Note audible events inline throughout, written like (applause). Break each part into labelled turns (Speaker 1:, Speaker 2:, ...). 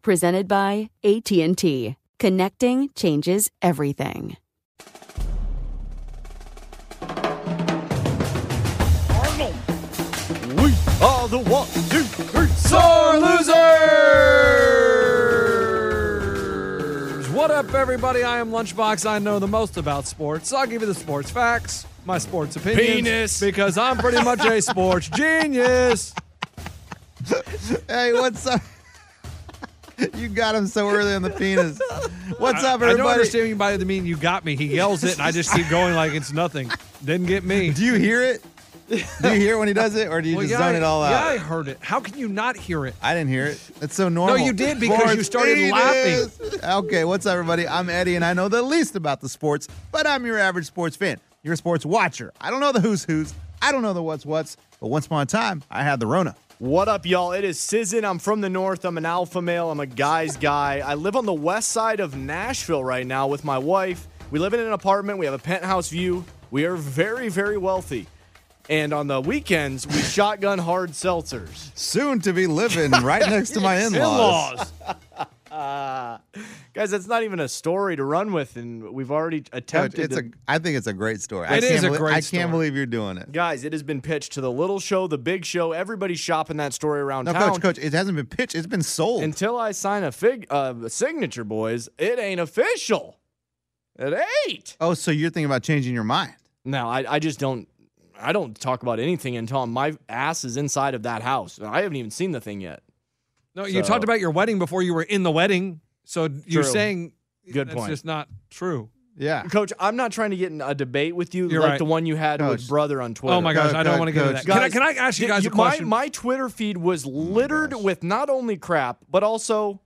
Speaker 1: Presented by AT&T. Connecting changes everything.
Speaker 2: We are the one, two, three, sore losers. What up, everybody? I am Lunchbox. I know the most about sports, so I'll give you the sports facts, my sports opinions,
Speaker 3: Penis.
Speaker 2: because I'm pretty much a sports genius.
Speaker 4: Hey, what's up? (laughs) you got him so early on the penis. What's up,
Speaker 2: I don't
Speaker 4: everybody?
Speaker 2: understand what you by the mean you got me. He yells it, and I just keep going like it's nothing. Didn't get me.
Speaker 4: do you hear it? Do you hear it when he does it, or do you
Speaker 2: Well,
Speaker 4: just
Speaker 2: yeah,
Speaker 4: zone
Speaker 2: I-
Speaker 4: it all
Speaker 2: Yeah, I
Speaker 4: out?
Speaker 2: heard it. How can you not hear it?
Speaker 4: I didn't hear it. That's so normal.
Speaker 2: you did because you started
Speaker 4: laughing. Okay, what's up, everybody? I'm Eddie, and I know the least about the sports, but I'm your average sports fan. You're a sports watcher. I don't know the who's who's. I don't know the what's what's. But once upon a time, I had the Rona.
Speaker 3: What up, y'all? It is Sizzin. I'm from the north. I'm an alpha male. I'm a guy's guy. I live on the west side of Nashville right now with my wife. We live in an apartment. We have a penthouse view. We are very, very wealthy. And on the weekends, we shotgun hard seltzers.
Speaker 4: Soon to
Speaker 2: (laughs)
Speaker 4: be living right next to my in-laws.
Speaker 2: In-laws.
Speaker 3: Guys, that's not even a story to run with, and we've already attempted
Speaker 4: It's
Speaker 3: to
Speaker 4: a. I think it's a great story. I
Speaker 2: It is a
Speaker 4: can't belie-
Speaker 2: great
Speaker 4: I can't
Speaker 2: story.
Speaker 4: believe you're doing it.
Speaker 3: Guys, it has been pitched to the little show, the big show. Everybody's shopping that story around
Speaker 4: No,
Speaker 3: town.
Speaker 4: coach, oh. coach, it hasn't been pitched. It's been sold.
Speaker 3: Until I sign a fig uh, a signature, boys, it ain't official. It ain't.
Speaker 4: oh, so you're thinking about changing your mind?
Speaker 3: No, I, I just don't. I don't talk about anything until my ass is inside of that house. I haven't even seen the thing yet.
Speaker 2: No, you
Speaker 3: So-
Speaker 2: talked about your wedding before you were in the wedding. So you're
Speaker 3: True.
Speaker 2: saying
Speaker 3: Good
Speaker 2: that's
Speaker 3: point.
Speaker 2: just not true.
Speaker 4: Yeah.
Speaker 3: Coach, I'm not trying to get in a debate with you
Speaker 2: You're
Speaker 3: like
Speaker 2: right.
Speaker 3: the one you had with
Speaker 4: Coach.
Speaker 3: brother on Twitter.
Speaker 2: Oh my gosh,
Speaker 4: Go-
Speaker 2: I don't
Speaker 4: go-
Speaker 2: want to go to
Speaker 4: coach.
Speaker 2: that. Can I,
Speaker 3: Guys,
Speaker 2: can I ask you
Speaker 3: y-
Speaker 2: guys a
Speaker 3: y- my-
Speaker 2: question?
Speaker 3: My, Twitter feed was littered with not only crap, but also.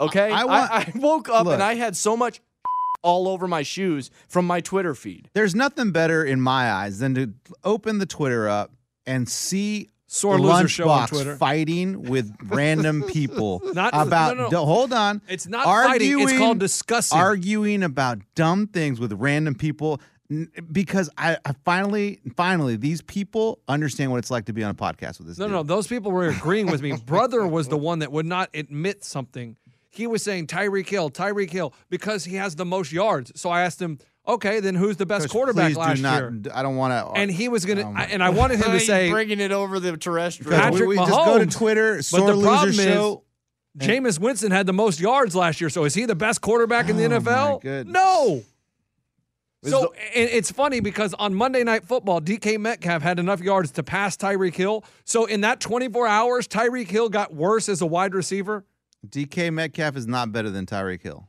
Speaker 3: Okay,
Speaker 4: I-
Speaker 3: I,
Speaker 4: I want-
Speaker 3: I woke up
Speaker 4: Look.
Speaker 3: and I had so much all over my shoes from my Twitter feed.
Speaker 4: There's nothing better in my eyes than to open the Twitter up and see
Speaker 2: Sore loser show on Twitter.
Speaker 4: Lunchbox fighting with random people
Speaker 2: (laughs) Not-
Speaker 4: about.
Speaker 2: no, no, no.
Speaker 4: d- hold on.
Speaker 2: It's not fighting, it's called discussing.
Speaker 4: Arguing about dumb things with random people n- because I, I finally, finally, these people understand what it's like to be on a podcast with this.
Speaker 2: no,
Speaker 4: dude.
Speaker 2: no, those people were agreeing with
Speaker 3: (laughs)
Speaker 2: me. Brother was the one that would not admit something. He was saying Tyreek Hill, Tyreek Hill, because he has the most yards. So I asked him, okay, then who's the best
Speaker 4: Coach,
Speaker 2: quarterback
Speaker 4: please
Speaker 2: last
Speaker 4: do not,
Speaker 2: year?
Speaker 4: I don't want to.
Speaker 2: And he was gonna,
Speaker 4: Oh my
Speaker 2: I, and I wanted
Speaker 3: (laughs)
Speaker 2: him to say
Speaker 3: bringing it over the terrestrial.
Speaker 2: Patrick
Speaker 4: we, we just go to
Speaker 2: Mahomes.
Speaker 4: Twitter.
Speaker 2: But
Speaker 4: Sore
Speaker 2: the problem
Speaker 4: loser show.
Speaker 2: is, Jameis Winston had the most yards last year. So is he the best quarterback in the
Speaker 4: Oh, my
Speaker 2: NFL?
Speaker 4: goodness.
Speaker 2: no.
Speaker 3: Is
Speaker 2: So and it's funny because on Monday Night Football, DK Metcalf had enough yards to pass Tyreek Hill. So in that 24 hours, Tyreek Hill got worse as a wide receiver.
Speaker 4: DK Metcalf is not better than Tyreek Hill.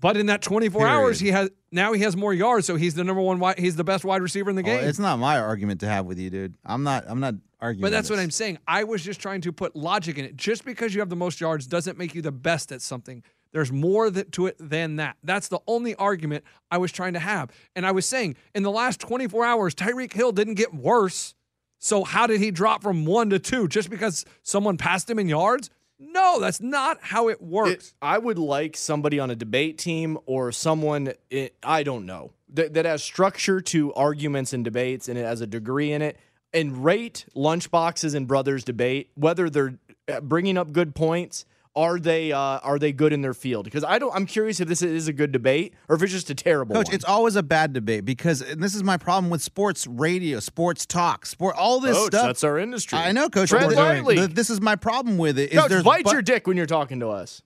Speaker 2: But in that 24
Speaker 4: Period.
Speaker 2: hours, he has now he has more yards. So he's the number one. Wide, he's the best wide receiver in the
Speaker 4: Oh,
Speaker 2: game.
Speaker 4: it's not my argument to have with you, dude. I'm not. I'm not arguing.
Speaker 2: but that's what I'm
Speaker 4: saying.
Speaker 2: saying. I was just trying to put logic in it. Just because you have the most yards doesn't make you the best at something. There's more that, to it than that. That's the only argument I was trying to have. And I was saying in the last 24 hours, Tyreek Hill didn't get worse. So how did he drop from one to two just because someone passed him in yards? No, that's not how it works.
Speaker 3: It- I would like somebody on a debate team or someone i I don't know that, that has structure to arguments and debates and it has a degree in it and rate lunchboxes and brothers debate whether they're uh, bringing up good points. Are they uh, are they good in their field? Because I don't. I'm curious if this is a good debate or if it's just a terrible
Speaker 4: Coach,
Speaker 3: one.
Speaker 4: it's always a bad debate because and this is my problem with sports radio, sports talk, sport, all this
Speaker 3: Coach,
Speaker 4: stuff.
Speaker 3: that's our industry.
Speaker 4: I know, Coach.
Speaker 3: Tread
Speaker 4: but the-
Speaker 3: lightly.
Speaker 4: the- this is my problem with it. is
Speaker 3: Coach,
Speaker 4: there's
Speaker 3: bite
Speaker 4: bu-
Speaker 3: your dick when you're talking to us.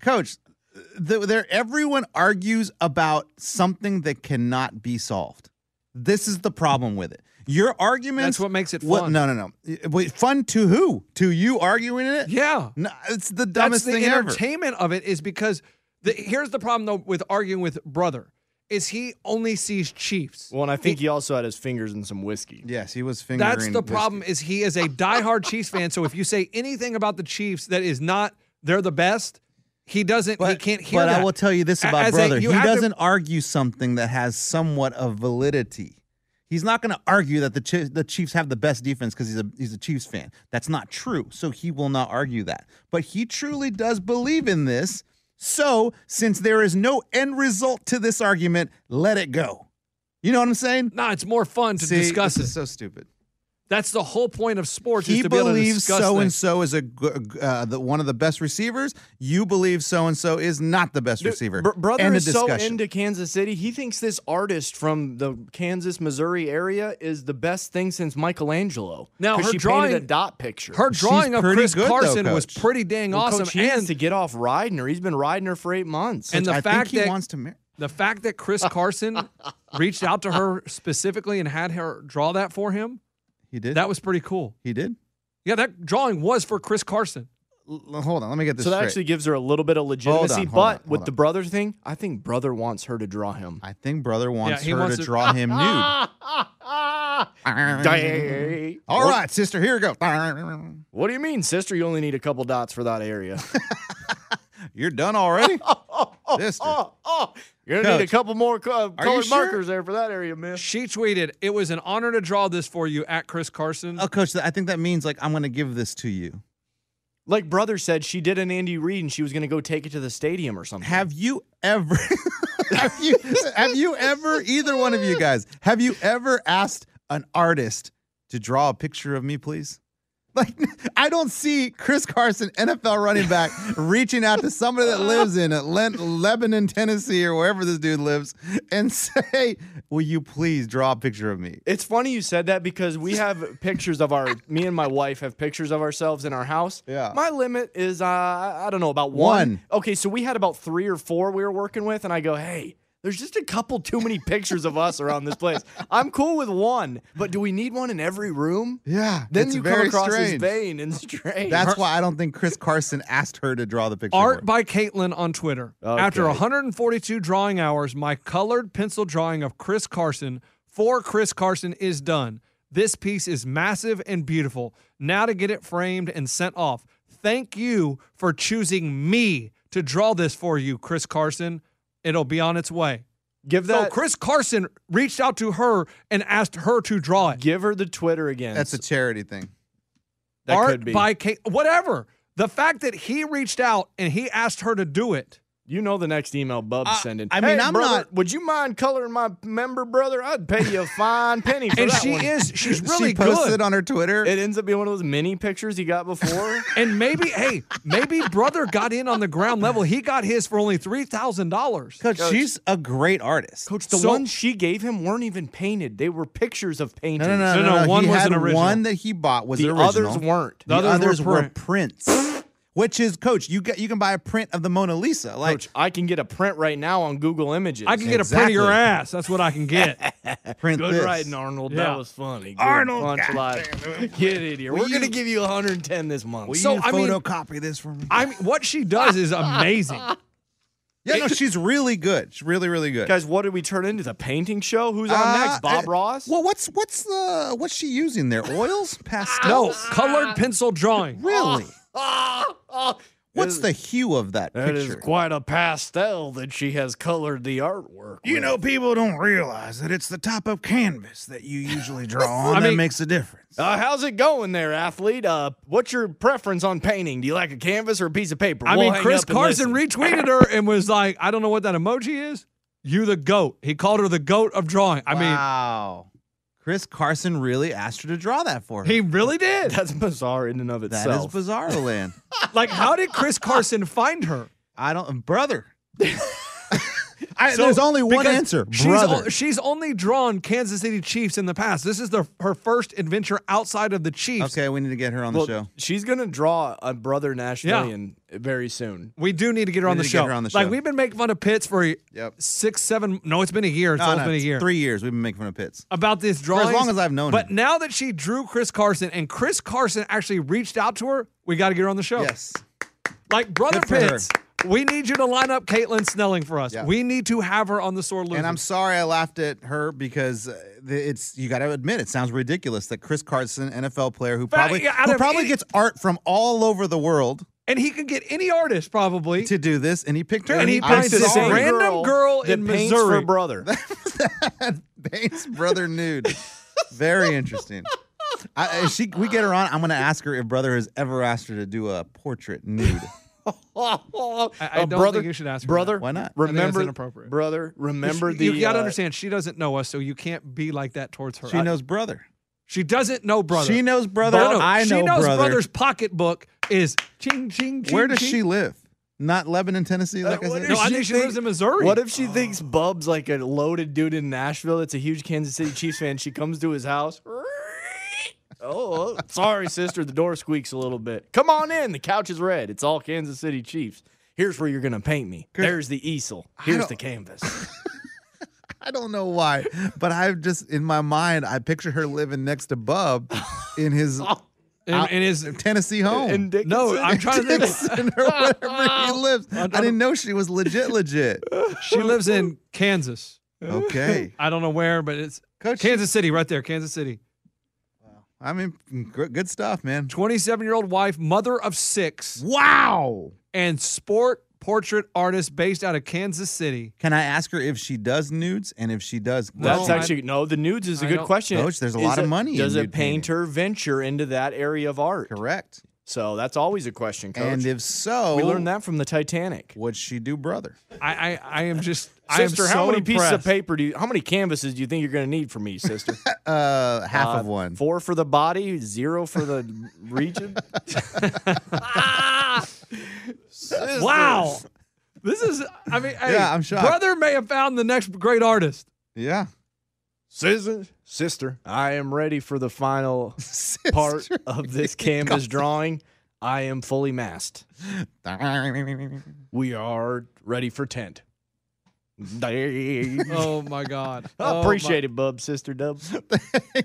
Speaker 4: Coach, the, there everyone argues about something that cannot be solved. This is the problem with it. Your arguments.
Speaker 2: That's what makes it fun.
Speaker 4: no, no, no. Wait, fun to who? To you arguing it?
Speaker 2: Yeah.
Speaker 4: No, it's the
Speaker 2: That's
Speaker 4: dumbest
Speaker 2: the
Speaker 4: thing ever.
Speaker 2: entertainment of it is because the, here's the problem though with arguing with brother is he only sees Chiefs.
Speaker 3: Well, and I think he also had his fingers in some whiskey.
Speaker 4: Yes, he was fingering.
Speaker 2: That's the
Speaker 4: whiskey.
Speaker 2: problem is he is a diehard Chiefs fan. So if you say anything about the Chiefs that is not they're the best, he doesn't. he can't hear
Speaker 4: But
Speaker 2: that.
Speaker 4: I will tell you this
Speaker 2: A-
Speaker 4: about
Speaker 2: as a-
Speaker 4: brother. he
Speaker 2: you have to-
Speaker 4: doesn't argue something that has somewhat of validity. He's not going to argue that the Chi- the Chiefs have the best defense because he's a he's a Chiefs fan. That's not true. So he will not argue that. But he truly does believe in this. So since there is no end result to this argument, let it go. You know what I'm saying?
Speaker 2: Nah, it's more fun to
Speaker 4: See,
Speaker 2: discuss
Speaker 4: this
Speaker 2: it.
Speaker 4: is so stupid.
Speaker 2: That's the whole point of sports. is
Speaker 4: He
Speaker 2: to be able to
Speaker 4: believes
Speaker 2: discuss
Speaker 4: so and
Speaker 2: things.
Speaker 4: so is a g- uh, the, one of the best receivers. You believe so and so is not the best
Speaker 3: Dude,
Speaker 4: receiver.
Speaker 3: br- brother
Speaker 4: End of
Speaker 3: is so
Speaker 4: discussion.
Speaker 3: into Kansas City. He thinks this artist from the Kansas, Missouri area is the best thing since Michelangelo.
Speaker 2: Now,
Speaker 3: 'Cause
Speaker 2: her
Speaker 3: she painted
Speaker 2: drawing-
Speaker 3: a dot picture.
Speaker 2: Her
Speaker 4: She's
Speaker 2: drawing of
Speaker 4: pretty
Speaker 2: Chris
Speaker 4: good, though,
Speaker 2: Carson was
Speaker 4: Coach.
Speaker 2: pretty dang
Speaker 3: Well,
Speaker 2: awesome.
Speaker 3: Coach, he
Speaker 2: and
Speaker 3: needs to get off riding her. He's been riding her for eight months.
Speaker 2: And the
Speaker 4: I
Speaker 2: fact
Speaker 4: think he
Speaker 2: that-
Speaker 4: wants to marry.
Speaker 2: the fact that
Speaker 4: (laughs)
Speaker 2: Chris Carson reached out to her specifically and had her draw that for him,
Speaker 4: He did.
Speaker 2: that was pretty cool.
Speaker 4: he did.
Speaker 2: Yeah, that drawing was for Chris Carson.
Speaker 4: L- hold on, let me get this
Speaker 3: so that
Speaker 4: straight.
Speaker 3: actually gives her a little bit of legitimacy.
Speaker 4: hold
Speaker 3: but
Speaker 4: on, hold
Speaker 3: with
Speaker 4: on.
Speaker 3: the brother thing, I think brother wants her to draw him.
Speaker 4: I think brother wants
Speaker 2: he
Speaker 4: her
Speaker 2: wants
Speaker 4: to
Speaker 2: to- (laughs)
Speaker 4: draw him nude.
Speaker 3: Dang.
Speaker 4: All right, sister, here we go.
Speaker 3: What do you mean, sister? You only need a couple dots for that area.
Speaker 4: (laughs) You're
Speaker 2: (laughs)
Speaker 4: done already, sister.
Speaker 3: oh, oh, you're gonna need a
Speaker 4: Coach,
Speaker 3: couple more co-
Speaker 4: you
Speaker 3: colored
Speaker 4: sure?
Speaker 3: markers there for that area, man.
Speaker 2: She tweeted, "It was an honor to draw this for you at Chris Carson."
Speaker 4: Oh, coach, I think that means like I'm gonna give this to you.
Speaker 3: Like brother said, she did an Andy Reid and she was gonna go take it to the stadium or something.
Speaker 4: Have you ever? (laughs) have you? Have you ever? Either one of you guys? Have you ever asked an artist to draw a picture of me, please? Like, I don't see Chris Carson, NFL running back,
Speaker 2: (laughs)
Speaker 4: reaching out to somebody that lives in Atlant- Lebanon, Tennessee, or wherever this dude lives, and say, "Will you please draw a picture of me?"
Speaker 3: It's funny you said that because we
Speaker 4: (laughs)
Speaker 3: have pictures of our me and my wife have pictures of ourselves in our house.
Speaker 4: Yeah.
Speaker 3: My limit is uh I I don't know about
Speaker 4: One.
Speaker 3: one. Okay, so we had about 3 or 4 we were working with and I go, "Hey, there's just a couple too many pictures of us around
Speaker 4: (laughs)
Speaker 3: this place. I'm cool with one, but do we need one in every room?"
Speaker 4: Yeah,
Speaker 3: Then
Speaker 4: it's
Speaker 3: you
Speaker 4: very
Speaker 3: come across
Speaker 4: strange.
Speaker 3: as vain and strange.
Speaker 4: That's why I don't think Chris Carson asked her to draw the picture. for
Speaker 2: Art
Speaker 4: him.
Speaker 2: by Caitlin on Twitter. After
Speaker 3: Okay.
Speaker 2: 142 drawing hours, my colored pencil drawing of Chris Carson for Chris Carson is done. This piece is massive and beautiful. Now to get it framed and sent off. Thank you for choosing me to draw this for you, Chris Carson. It'll be on its way.
Speaker 3: give that
Speaker 2: so Chris Carson reached out to her and asked her to draw it.
Speaker 3: give her the Twitter again.
Speaker 4: That's a charity thing.
Speaker 3: that
Speaker 2: Art
Speaker 3: could be.
Speaker 2: by Kate, whatever. The fact that he reached out and he asked her to do it.
Speaker 3: You know the next email Bub's sending.
Speaker 4: I mean,
Speaker 3: Hey,
Speaker 4: I'm
Speaker 3: brother,
Speaker 4: not-
Speaker 3: Would you mind coloring my member, brother? I'd pay
Speaker 2: (laughs)
Speaker 3: you a fine penny for
Speaker 2: And
Speaker 3: that
Speaker 2: she
Speaker 3: one.
Speaker 2: is, she's
Speaker 3: (laughs)
Speaker 2: really
Speaker 4: she posted
Speaker 2: good.
Speaker 4: on her Twitter.
Speaker 3: It ends up being one of those mini pictures you got
Speaker 2: (laughs)
Speaker 3: before.
Speaker 2: and maybe, hey, maybe brother got in on the ground level. He got his for only three thousand dollars.
Speaker 4: Coach, she's a great artist.
Speaker 3: Coach, the
Speaker 2: So-
Speaker 3: ones she gave him weren't even painted. They were pictures of paintings.
Speaker 4: no, no, no,
Speaker 2: No,
Speaker 4: no,
Speaker 2: no,
Speaker 4: no,
Speaker 2: one
Speaker 4: he
Speaker 2: was
Speaker 4: had
Speaker 2: an original.
Speaker 4: One that he bought was
Speaker 3: The
Speaker 4: original.
Speaker 3: others weren't.
Speaker 4: The,
Speaker 2: The
Speaker 4: others,
Speaker 2: others were
Speaker 4: were, prints. Which is, Coach, you get you can buy a print of the Mona Lisa. Like,
Speaker 3: Coach, I can get a print right now on Google Images.
Speaker 2: I can get a print of your
Speaker 4: Exactly.
Speaker 2: ass. That's what I can
Speaker 3: (laughs)
Speaker 2: get.
Speaker 4: print
Speaker 3: Good
Speaker 4: this.
Speaker 3: riding, Arnold.
Speaker 2: Yeah.
Speaker 3: That was funny. Good Arnold, get it here. We're gonna give you 110 this month.
Speaker 4: Will
Speaker 2: So,
Speaker 4: you
Speaker 2: I mean-
Speaker 4: photocopy this for me?
Speaker 2: I mean, what she does is
Speaker 3: (laughs)
Speaker 2: amazing.
Speaker 4: yeah, no, she's really good. She's really, really good.
Speaker 3: Guys, what did we turn into? The painting show? Who's on
Speaker 4: Uh,
Speaker 3: next? Bob
Speaker 4: uh,
Speaker 3: Ross?
Speaker 4: Well, what's what's the what's she using there?
Speaker 3: (laughs)
Speaker 4: Oils, pastels?
Speaker 2: No Oh, colored pencil drawing.
Speaker 4: really.
Speaker 3: Ah, ah.
Speaker 4: What's
Speaker 3: That
Speaker 4: the hue of that
Speaker 3: That is
Speaker 4: picture?
Speaker 3: quite a pastel that she has colored the artwork. with.
Speaker 4: people don't realize that it's the type of canvas that you usually
Speaker 3: (laughs)
Speaker 4: draw on
Speaker 2: I mean-
Speaker 4: makes a difference.
Speaker 3: Uh, how's it going there, athlete? Uh, what's your preference on painting? Do you like a canvas or a piece of paper?
Speaker 2: I
Speaker 3: We'll
Speaker 2: mean,
Speaker 3: hang
Speaker 2: Chris
Speaker 3: up and
Speaker 2: Carson
Speaker 3: listen.
Speaker 2: retweeted her and was like, "I don't know what that emoji is." You the goat. He called her the goat of drawing. I mean,
Speaker 4: wow. Chris Carson really asked her to draw that for her.
Speaker 2: He really
Speaker 4: (laughs)
Speaker 2: did.
Speaker 3: That's bizarre in and of
Speaker 4: that is
Speaker 3: itself.
Speaker 4: bizarre,
Speaker 2: (laughs)
Speaker 4: Land.
Speaker 2: Like, how did Chris Carson find her?
Speaker 4: I
Speaker 2: (laughs)
Speaker 4: don't, brother. I,
Speaker 2: So-
Speaker 4: there's only one
Speaker 2: because
Speaker 4: answer,
Speaker 2: She's,
Speaker 4: brother.
Speaker 2: o- she's only drawn Kansas City Chiefs in the past. This is the, her first adventure outside of the Chiefs.
Speaker 4: okay, we need to get her on the
Speaker 3: well,
Speaker 4: show.
Speaker 3: she's gonna draw a brother Nashvilleian very soon.
Speaker 2: We do need to get her,
Speaker 4: We
Speaker 2: on
Speaker 4: need
Speaker 2: the,
Speaker 4: to get
Speaker 2: show.
Speaker 4: her on the
Speaker 2: Like
Speaker 4: show.
Speaker 2: we've been making fun of Pitts for
Speaker 4: Yep.
Speaker 2: six, seven. No, it's been a year. It's
Speaker 4: No,
Speaker 2: almost
Speaker 4: no,
Speaker 2: been a
Speaker 4: it's
Speaker 2: year.
Speaker 4: Three years we've been making fun of Pitts.
Speaker 2: about this drawing
Speaker 4: long as I've known
Speaker 2: But
Speaker 4: him.
Speaker 2: now that she drew Chris Carson and Chris Carson actually reached out to her, we got to get her on the show.
Speaker 4: Yes.
Speaker 2: Like brother
Speaker 4: Good for her.
Speaker 2: Pitts, we need you to line up Caitlin Snelling for us.
Speaker 4: Yeah.
Speaker 2: We need to have her on the sore loser.
Speaker 4: And I'm sorry I laughed at her because uh, th- it's you got to admit it sounds ridiculous that Chris Carson, NFL player who probably
Speaker 2: yeah, uh, out
Speaker 4: who
Speaker 2: of
Speaker 4: probably
Speaker 2: any-
Speaker 4: gets art from all over the world
Speaker 2: and he could get any artist probably.
Speaker 4: to do this, and he picked her.
Speaker 2: And he
Speaker 4: I'm
Speaker 2: picked the
Speaker 4: sorry.
Speaker 2: same random girl
Speaker 3: that
Speaker 2: in
Speaker 3: paints for (laughs)
Speaker 2: Missouri.
Speaker 3: brother.
Speaker 4: (laughs) Bates brother nude. Very interesting. I, if she, we get her on. I'm going to ask her if brother has ever asked her to do a portrait nude.
Speaker 2: I- I
Speaker 3: Uh,
Speaker 2: don't think you should ask her
Speaker 3: brother.
Speaker 2: that.
Speaker 4: Why not? I think
Speaker 2: that's
Speaker 3: Remember,
Speaker 2: inappropriate.
Speaker 3: brother. Remember the.
Speaker 2: you got to
Speaker 3: uh,
Speaker 2: understand she doesn't know us, so you can't be like that towards her.
Speaker 4: She
Speaker 2: I-
Speaker 4: knows brother.
Speaker 2: She doesn't know brother.
Speaker 4: She knows brother.
Speaker 2: No, no,
Speaker 4: I know
Speaker 2: she knows
Speaker 4: brother.
Speaker 2: brother's pocketbook is ching ching. ching
Speaker 4: Where does
Speaker 2: ching.
Speaker 4: she live? Not Lebanon, Tennessee, like I
Speaker 3: what
Speaker 4: said.
Speaker 2: No,
Speaker 3: if
Speaker 2: I think she lives in Missouri.
Speaker 3: What if she thinks Bub's like a loaded dude in Nashville that's a huge Kansas City Chiefs fan? She comes to his house. (laughs) Oh, oh, sorry, sister. The door squeaks a little bit. Come on in. The couch is red. It's all Kansas City Chiefs. Here's where you're going to paint me. There's the easel. Here's
Speaker 4: don't-
Speaker 3: the canvas.
Speaker 2: (laughs)
Speaker 4: I don't know why, but I've just in my mind I picture her living next to Bub in his
Speaker 2: in, in his
Speaker 4: Tennessee home. (laughs)
Speaker 3: And Dick-
Speaker 2: Oh. no, I'm trying to think.
Speaker 4: Dixon or wherever he lives. I didn't know she was legit, legit.
Speaker 2: She lives in Kansas.
Speaker 4: Okay.
Speaker 2: I don't know where, but it's
Speaker 4: Coach-
Speaker 2: Kansas City, right there. Kansas City.
Speaker 4: I mean, gr- good stuff, man.
Speaker 2: 27 year old wife, mother of six,
Speaker 4: Wow.
Speaker 2: and sport portrait artist based out of Kansas City.
Speaker 4: Can I ask her if she does nudes and if she does?
Speaker 3: That's
Speaker 2: No, I-
Speaker 3: actually no. The nudes is a
Speaker 2: I
Speaker 3: good
Speaker 2: don't-
Speaker 3: question.
Speaker 4: Coach, there's a
Speaker 3: Is
Speaker 4: lot of money in
Speaker 3: Does a
Speaker 4: nude painting.
Speaker 3: painter venture into that area of art?
Speaker 4: correct.
Speaker 3: So that's always a question, Coach.
Speaker 4: And if so,
Speaker 3: we learned that from the Titanic.
Speaker 4: Would she do, brother?
Speaker 2: I I, I am just I am
Speaker 3: Sister,
Speaker 2: so
Speaker 3: how many pieces of
Speaker 2: impressed.
Speaker 3: paper do you? How many canvases do you think you're going to need for (laughs) me, sister?
Speaker 4: Uh, half of one.
Speaker 3: Four for the body, zero for the region.
Speaker 2: Wow. This is, I mean, hey,
Speaker 4: Yeah, I'm shocked.
Speaker 2: brother may have found the next great artist.
Speaker 4: Yeah.
Speaker 3: (laughs)
Speaker 4: (laughs)
Speaker 3: Sister, sister, I am ready for the (laughs) final part (laughs)
Speaker 4: (laughs)
Speaker 3: of this canvas drawing. I am fully masked. We are ready for tent. (laughs) I
Speaker 2: Oh my God. Oh,
Speaker 3: Appreciate it, bub, sister, dub.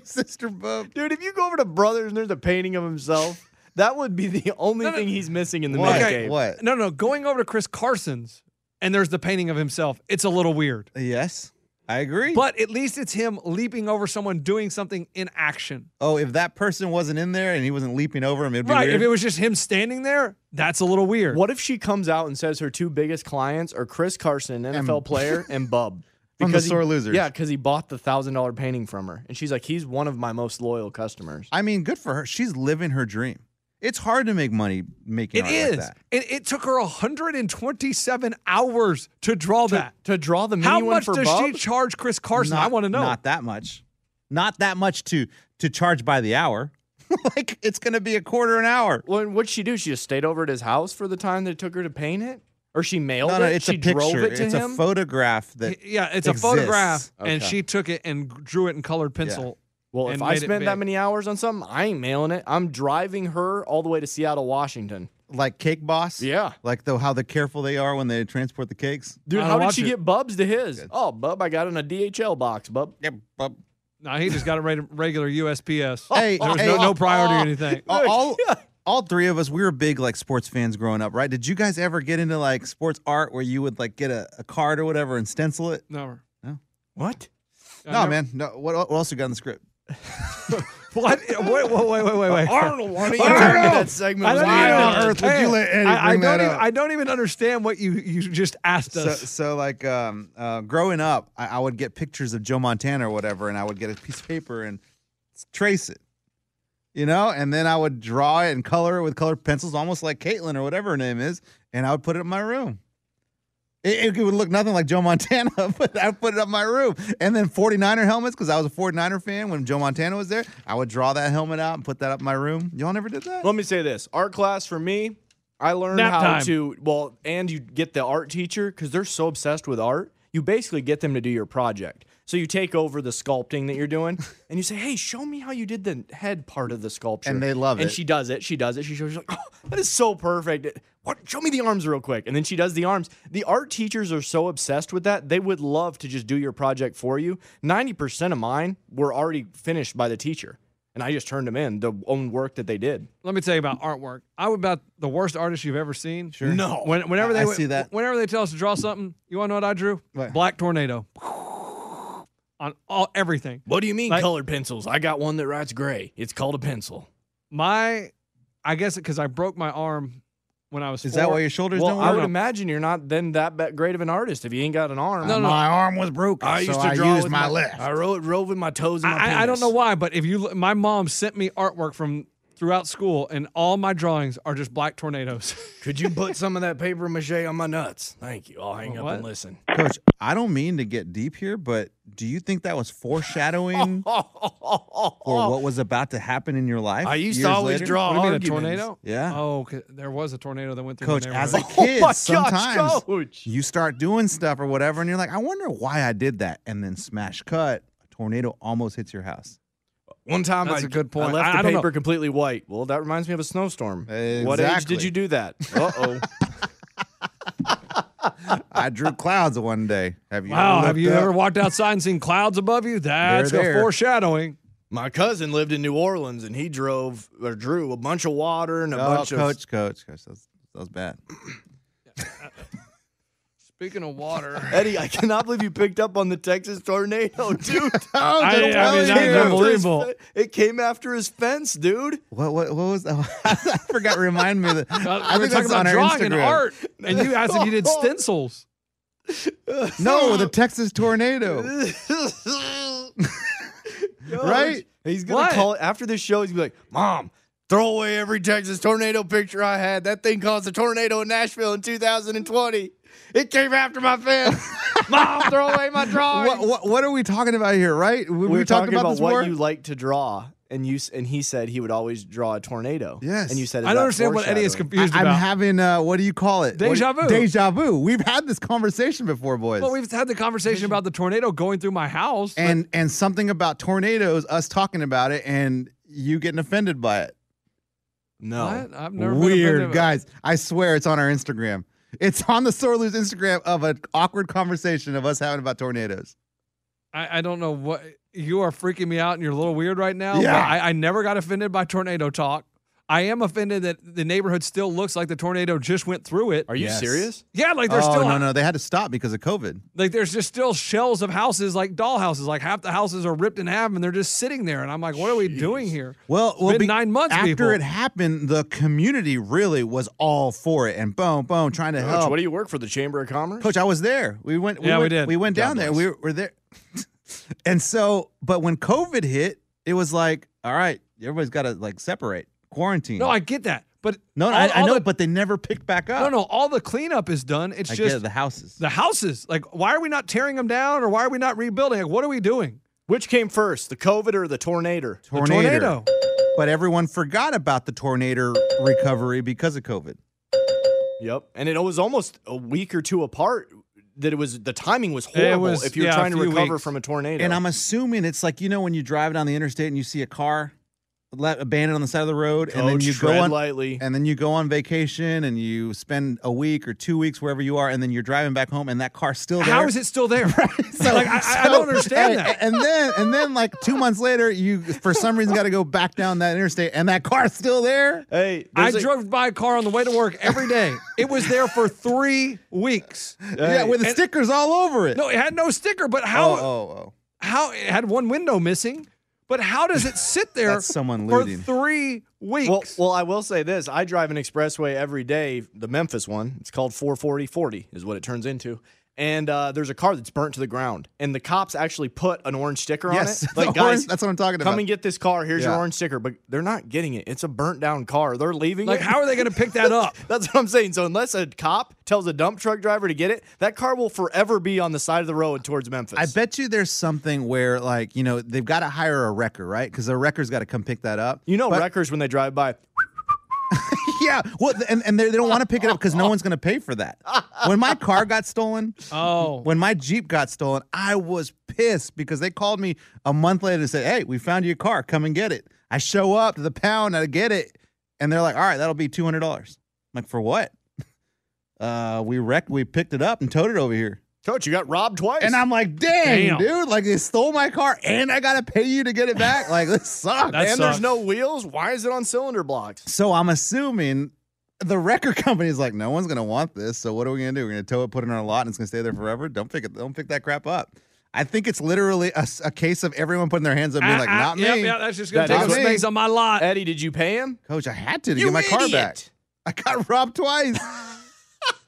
Speaker 4: Sister Bub.
Speaker 3: Dude, if you go over to Brothers and there's a painting of himself, that would be the only
Speaker 2: no.
Speaker 3: thing he's missing in the
Speaker 4: What?
Speaker 3: man
Speaker 2: Okay.
Speaker 3: cave.
Speaker 4: What?
Speaker 2: Oh, No, no, going over to Chris Carson's and there's the painting of himself. It's a little weird.
Speaker 4: Yes, I agree.
Speaker 2: But at least it's him leaping over someone doing something in action.
Speaker 4: oh, if that person wasn't in there and he wasn't leaping over him, it'd be
Speaker 2: Right.
Speaker 4: weird.
Speaker 2: If it was just him standing there, that's a little weird.
Speaker 3: (laughs) What if she comes out and says her two biggest clients are Chris Carson, an
Speaker 2: (laughs)
Speaker 3: NFL player, and Bub?
Speaker 4: From the
Speaker 3: he-
Speaker 4: sore losers.
Speaker 3: Yeah, because he bought the thousand dollar painting from her, and she's like, "He's one of my most loyal customers."
Speaker 4: I mean, good for her. She's living her dream. It's hard to make money making
Speaker 2: It
Speaker 4: art
Speaker 2: is.
Speaker 4: like that.
Speaker 2: It, it took her 127 hours to draw that.
Speaker 3: To draw the mini
Speaker 2: How
Speaker 3: one
Speaker 2: much
Speaker 3: for
Speaker 2: does she
Speaker 3: Bub,
Speaker 2: charge Chris Carson? I
Speaker 4: Not-
Speaker 2: want to know.
Speaker 4: Not that much. Not that much to to charge by the hour. (laughs) like it's going to be a quarter an hour.
Speaker 3: well, and what'd she do? She just stayed over at his house for the time that it took her to paint it, or she mailed
Speaker 4: No, no,
Speaker 3: it.
Speaker 4: it's
Speaker 3: she
Speaker 4: a picture.
Speaker 3: drove it to
Speaker 4: it's
Speaker 3: him.
Speaker 4: a photograph that.
Speaker 2: yeah, it's
Speaker 4: exists.
Speaker 2: a photograph, and
Speaker 3: Okay.
Speaker 2: she took it and drew it in colored pencil.
Speaker 3: well, if
Speaker 2: and
Speaker 3: I
Speaker 2: made it
Speaker 3: spend that
Speaker 2: big.
Speaker 3: many hours on something, I ain't mailing it. I'm driving her all the way to Seattle, Washington.
Speaker 4: Like Cake Boss.
Speaker 3: Yeah.
Speaker 4: Like the how the careful they are when they transport the cakes.
Speaker 3: Dude,
Speaker 2: I
Speaker 3: how did
Speaker 2: watch
Speaker 3: she
Speaker 2: it.
Speaker 3: get Bub's to his? Oh, Bub, I got it in a DHL box, Bub.
Speaker 2: No, he just got a reg- regular USPS.
Speaker 4: (laughs) Oh, Hey,
Speaker 2: there was
Speaker 4: hey, oh.
Speaker 2: no, no priority or anything.
Speaker 4: (laughs) all, all, all three of us, we were big like sports fans growing up, right? Did you guys ever get into like sports art where you would like get a, a card or whatever and stencil it?
Speaker 2: Never.
Speaker 3: What?
Speaker 2: I
Speaker 4: no,
Speaker 2: never-
Speaker 4: man. No. What, what else you got in the script?
Speaker 2: (laughs) What? Wait, wait, wait, wait, wait. wait.
Speaker 3: Arnold, why don't you
Speaker 2: Arnold!
Speaker 3: tell me that segment?
Speaker 2: I
Speaker 3: was
Speaker 2: don't
Speaker 3: weird?
Speaker 2: even
Speaker 4: on earth would you
Speaker 2: understand.
Speaker 4: let Eddie
Speaker 2: I, I
Speaker 4: bring that
Speaker 2: don't even,
Speaker 4: up?
Speaker 2: I don't even understand what you, you just asked
Speaker 4: So,
Speaker 2: us.
Speaker 4: so like um, uh, growing up, I, I would get pictures of Joe Montana or whatever, and I would get a piece of paper and s- trace it, you know, and then I would draw it and color it with colored pencils, almost like Caitlin or whatever her name is, and I would put it in my room. It, it would look nothing like Joe (laughs) Montana, but I put it up my room. And then 49er helmets, because I was a 49er fan when Joe Montana was there. I would draw that helmet out and put that up my room. Y'all never did that?
Speaker 3: Let me say this: art class for me, I learned
Speaker 2: Nap
Speaker 3: how
Speaker 2: time.
Speaker 3: to well, and you get the art teacher because they're so obsessed with art. You basically get them to do your project. So you take over the sculpting that
Speaker 2: (laughs)
Speaker 3: you're doing, and you say, "Hey, show me how you did the head part of the sculpture."
Speaker 4: And they love
Speaker 3: And
Speaker 4: it.
Speaker 3: she does it. She does it. She shows. She's like, "Oh, that is so perfect." What? Show me the arms real quick. And then she does the arms. The art teachers are so obsessed with that. They would love to just do your project for you. Ninety percent of mine were already finished by the teacher, and I just turned them in the own work that they did.
Speaker 2: Let me tell you about artwork. I would about the worst artist you've ever seen. Sure.
Speaker 3: No.
Speaker 2: When, whenever
Speaker 4: I-
Speaker 2: they
Speaker 4: I
Speaker 2: went-
Speaker 4: see that.
Speaker 2: Whenever they tell us to draw something, you want to know what I drew?
Speaker 4: What?
Speaker 2: Black tornado. On all everything.
Speaker 3: What do you mean
Speaker 2: Like-
Speaker 3: colored pencils? I got one that writes gray. It's called a pencil.
Speaker 2: My, I guess because I broke my arm when I was.
Speaker 4: Is that
Speaker 2: four.
Speaker 4: why your shoulders
Speaker 3: well,
Speaker 4: don't
Speaker 3: Oh, I
Speaker 4: work?
Speaker 3: would
Speaker 2: no.
Speaker 3: imagine you're not then that ba- great of an artist if you ain't got an arm.
Speaker 2: No, no.
Speaker 4: My arm was broken,
Speaker 3: I used
Speaker 4: so
Speaker 3: to
Speaker 4: I
Speaker 3: draw
Speaker 4: used
Speaker 3: with
Speaker 4: my, left.
Speaker 3: I wrote, wrote with my toes and my
Speaker 2: I, I- I don't
Speaker 3: penis.
Speaker 2: know why, but if you, look- my mom sent me artwork from throughout school, and all my drawings are just black tornadoes. (laughs)
Speaker 3: Could you put some of that paper mache on my nuts? Thank you. I'll hang up
Speaker 2: What?
Speaker 3: and listen.
Speaker 4: Coach, I don't mean to get deep here, but do you think that was foreshadowing for what was about to happen in your life?
Speaker 3: I used
Speaker 4: years
Speaker 3: to always
Speaker 4: later?
Speaker 3: draw
Speaker 2: What do you mean, a
Speaker 3: arguments.
Speaker 2: tornado?
Speaker 4: Yeah.
Speaker 2: Oh, 'kay, there was a tornado that went through. my
Speaker 4: Coach, as a
Speaker 2: neighborhood. (laughs)
Speaker 3: Oh
Speaker 4: kid,
Speaker 3: my gosh,
Speaker 4: sometimes
Speaker 3: Coach.
Speaker 4: you start doing stuff or whatever, and you're like, I wonder why I did that. And then smash cut, a tornado almost hits your house.
Speaker 3: One time
Speaker 2: That's
Speaker 3: I,
Speaker 2: a good point.
Speaker 3: I left
Speaker 2: I-
Speaker 3: the
Speaker 2: I don't know.
Speaker 3: paper completely white. Well, that reminds me of a snowstorm. What age
Speaker 4: Exactly.
Speaker 3: did you do (laughs) that? Uh oh.
Speaker 4: I drew clouds one day. Have you?
Speaker 2: Wow,
Speaker 4: ever
Speaker 2: have
Speaker 4: looked
Speaker 2: you
Speaker 4: up?
Speaker 2: ever walked outside and seen clouds above you? That's a
Speaker 4: there.
Speaker 2: foreshadowing.
Speaker 3: My cousin lived in New Orleans and he drove or drew a bunch of water and a
Speaker 4: Oh,
Speaker 3: bunch
Speaker 4: coach, coach, coach, that was, that was bad.
Speaker 2: Speaking of
Speaker 4: (laughs)
Speaker 2: water,
Speaker 3: of Eddie, I cannot believe you picked up on the Texas tornado, dude.
Speaker 4: Oh,
Speaker 2: I- I
Speaker 4: don't
Speaker 2: mean, that
Speaker 4: worry.
Speaker 2: is
Speaker 3: Came after his
Speaker 2: unbelievable.
Speaker 3: fe- It came after his fence, dude.
Speaker 4: What, what, what was that? (laughs) I forgot. Remind me.
Speaker 2: (laughs)
Speaker 4: That,
Speaker 2: Uh,
Speaker 4: I
Speaker 2: we were talking
Speaker 4: think that's
Speaker 2: about
Speaker 4: on our
Speaker 2: drawing and
Speaker 4: Instagram.
Speaker 2: art, and you asked if you did
Speaker 4: (laughs)
Speaker 2: stencils.
Speaker 4: No, the Texas
Speaker 2: (laughs)
Speaker 4: tornado. Right?
Speaker 3: He's gonna
Speaker 2: What?
Speaker 3: call after this show. He's gonna be like, "Mom, throw away every Texas tornado picture I had. That thing caused a tornado in Nashville in 2020. It came after my fence. Mom, throw away my drawing."
Speaker 4: What, what, what are we talking about here? Right? We, we
Speaker 3: we were
Speaker 4: talked
Speaker 3: talking about,
Speaker 4: this
Speaker 3: what
Speaker 4: more?
Speaker 3: you like to draw, and you s- and he said he would always draw a tornado.
Speaker 4: Yes.
Speaker 3: and you said, "Is
Speaker 2: I
Speaker 3: that
Speaker 2: don't understand what Eddie is
Speaker 3: foreshadowing?"
Speaker 2: confused
Speaker 4: I, am
Speaker 2: about.
Speaker 4: having uh, what do you call it?
Speaker 2: Deja vu.
Speaker 4: What- Deja vu. We've had this conversation before, boys.
Speaker 2: well, we've had the conversation about the tornado going through my house. but-
Speaker 4: and and something about tornadoes, us talking about it, and you getting offended by it.
Speaker 3: No,
Speaker 2: What? I've never been
Speaker 4: Weird
Speaker 2: offended.
Speaker 4: guys. I swear it's on our Instagram. It's on the Sore Lose Instagram of an awkward conversation of us having about tornadoes.
Speaker 2: I, I don't know what you are freaking me out, and you're a little weird right now. but
Speaker 4: Yeah.
Speaker 2: I, I never got offended by tornado talk. I am offended that the neighborhood still looks like the tornado just went through it.
Speaker 3: are you
Speaker 4: Yes.
Speaker 3: serious?
Speaker 2: Yeah, like
Speaker 4: Oh
Speaker 2: there's still
Speaker 4: no, no, they had to stop because of COVID.
Speaker 2: like there's just still shells of houses, like dollhouses. Like half the houses are ripped in half, and they're just sitting there. And I'm like, what are we doing here?
Speaker 4: Well,
Speaker 2: It's
Speaker 4: well,
Speaker 2: been
Speaker 4: be-
Speaker 2: nine months,
Speaker 4: after
Speaker 2: people.
Speaker 4: it happened, the community really was all for it, and boom, boom, trying to help.
Speaker 3: Coach, what do you work for? The Chamber of Commerce?
Speaker 4: Oh. Coach, I was there. We went.
Speaker 2: Yeah, we
Speaker 4: went-
Speaker 2: did.
Speaker 4: We went
Speaker 3: God
Speaker 4: down there.
Speaker 3: bless.
Speaker 4: We were, were there. (laughs) and so, but when COVID hit, it was like, all right, everybody's got to like separate, quarantine.
Speaker 2: No, I get that, but
Speaker 4: no, no,
Speaker 2: all-
Speaker 4: I, I
Speaker 2: all
Speaker 4: know,
Speaker 2: the-
Speaker 4: but they never picked back up.
Speaker 2: no, no, all the cleanup is done. It's
Speaker 4: I
Speaker 2: just
Speaker 4: get it, the houses.
Speaker 2: the houses. Like, why are we not tearing them down, or why are we not rebuilding? Like, what are we doing?
Speaker 3: Which came first, the COVID or the tornado?
Speaker 4: tornado.
Speaker 2: The tornado.
Speaker 4: But everyone forgot about the tornado recovery because of COVID.
Speaker 3: Yep. And it was almost a week or two apart. That it was the timing was horrible.
Speaker 2: was-
Speaker 3: if you're
Speaker 2: yeah, a
Speaker 3: trying to
Speaker 2: few
Speaker 3: recover
Speaker 2: weeks.
Speaker 3: from a tornado,
Speaker 4: And I'm assuming it's like you know when you drive down the interstate and you see a car left, abandoned on the side of the road,
Speaker 2: Oh,
Speaker 4: and then
Speaker 3: Coach,
Speaker 4: you
Speaker 3: tread
Speaker 4: go on
Speaker 3: lightly.
Speaker 4: and then you go on vacation and you spend a week or two weeks wherever you are, and then you're driving back home and that car's still there.
Speaker 2: How is it (laughs) still there?
Speaker 4: (laughs)
Speaker 2: like, I, I- I
Speaker 4: So-
Speaker 2: don't understand
Speaker 4: and-
Speaker 2: that.
Speaker 4: And then and then like two months later, you for some reason got to go back down that interstate, and that car's still there.
Speaker 3: hey,
Speaker 2: I
Speaker 3: there's a-
Speaker 2: drove by a car on the way to work every day. It was there for three weeks.
Speaker 4: yeah, with the stickers all over it.
Speaker 2: No, it had no sticker, but
Speaker 4: oh,
Speaker 2: how
Speaker 4: oh, oh.
Speaker 2: how it had one window missing, but how does it
Speaker 4: (laughs)
Speaker 2: sit there
Speaker 4: That's someone
Speaker 2: for
Speaker 4: looting.
Speaker 2: three weeks?
Speaker 3: Well, well, I will say this: I drive an expressway every day, the Memphis one. It's called 44040, is what it turns into. and uh, there's a car that's burnt to the ground, and the cops actually put an orange sticker
Speaker 4: Yes,
Speaker 3: on it.
Speaker 4: the
Speaker 3: Like, guys,
Speaker 4: orange- that's what I'm talking
Speaker 3: Come
Speaker 4: about.
Speaker 3: and get this car. Here's
Speaker 4: Yeah.
Speaker 3: your orange sticker, but they're not getting it. It's a burnt down car. They're leaving.
Speaker 2: Like,
Speaker 3: it.
Speaker 2: how are they going to pick that
Speaker 4: (laughs)
Speaker 2: up?
Speaker 3: That's what I'm saying. So unless a cop tells a dump truck driver to get it, that car will forever be on the side of the road towards Memphis.
Speaker 4: I bet you there's something where like you know they've got to hire a wrecker, right? Because a wrecker's got to come pick that up.
Speaker 3: You know,
Speaker 4: But-
Speaker 3: wreckers when they drive by.
Speaker 4: Yeah, well, th- and, and they they don't want to pick it up because no one's going to pay for that. When my car got stolen,
Speaker 2: Oh.
Speaker 4: when my Jeep got stolen, I was pissed because they called me a month later and said, "Hey, we found your car. Come and get it." I show up to the pound, I get it, and they're like, "All right, that'll be two hundred dollars." I'm like, for what? (laughs) Uh, we wrecked, we picked it up and towed it over here.
Speaker 3: Coach, you got robbed twice.
Speaker 4: And I'm like, dang,
Speaker 2: Damn.
Speaker 4: dude, like they stole my car and I gotta pay you to get it back. Like this (laughs) sucks.
Speaker 2: That
Speaker 3: and there's
Speaker 2: sucks.
Speaker 3: no wheels. Why is it on cylinder blocks?
Speaker 4: So I'm assuming the record (laughs) company is like, no one's gonna want this. So what are we gonna do? We're gonna tow it, put it on a lot, and it's gonna stay there forever. Don't pick it. Don't pick that crap up. I think it's literally a, s- a case of everyone putting their hands up, and being like,
Speaker 2: Ah, ah,
Speaker 4: not
Speaker 2: yep,
Speaker 4: me,
Speaker 2: Yeah, that's just going to
Speaker 3: That
Speaker 2: take up
Speaker 4: is me.
Speaker 2: space on my
Speaker 4: (laughs)
Speaker 2: lot.
Speaker 3: Eddie, did you pay him?
Speaker 4: coach. I had to to
Speaker 3: You
Speaker 4: get my car back.
Speaker 3: idiot.
Speaker 4: I got (laughs) robbed twice.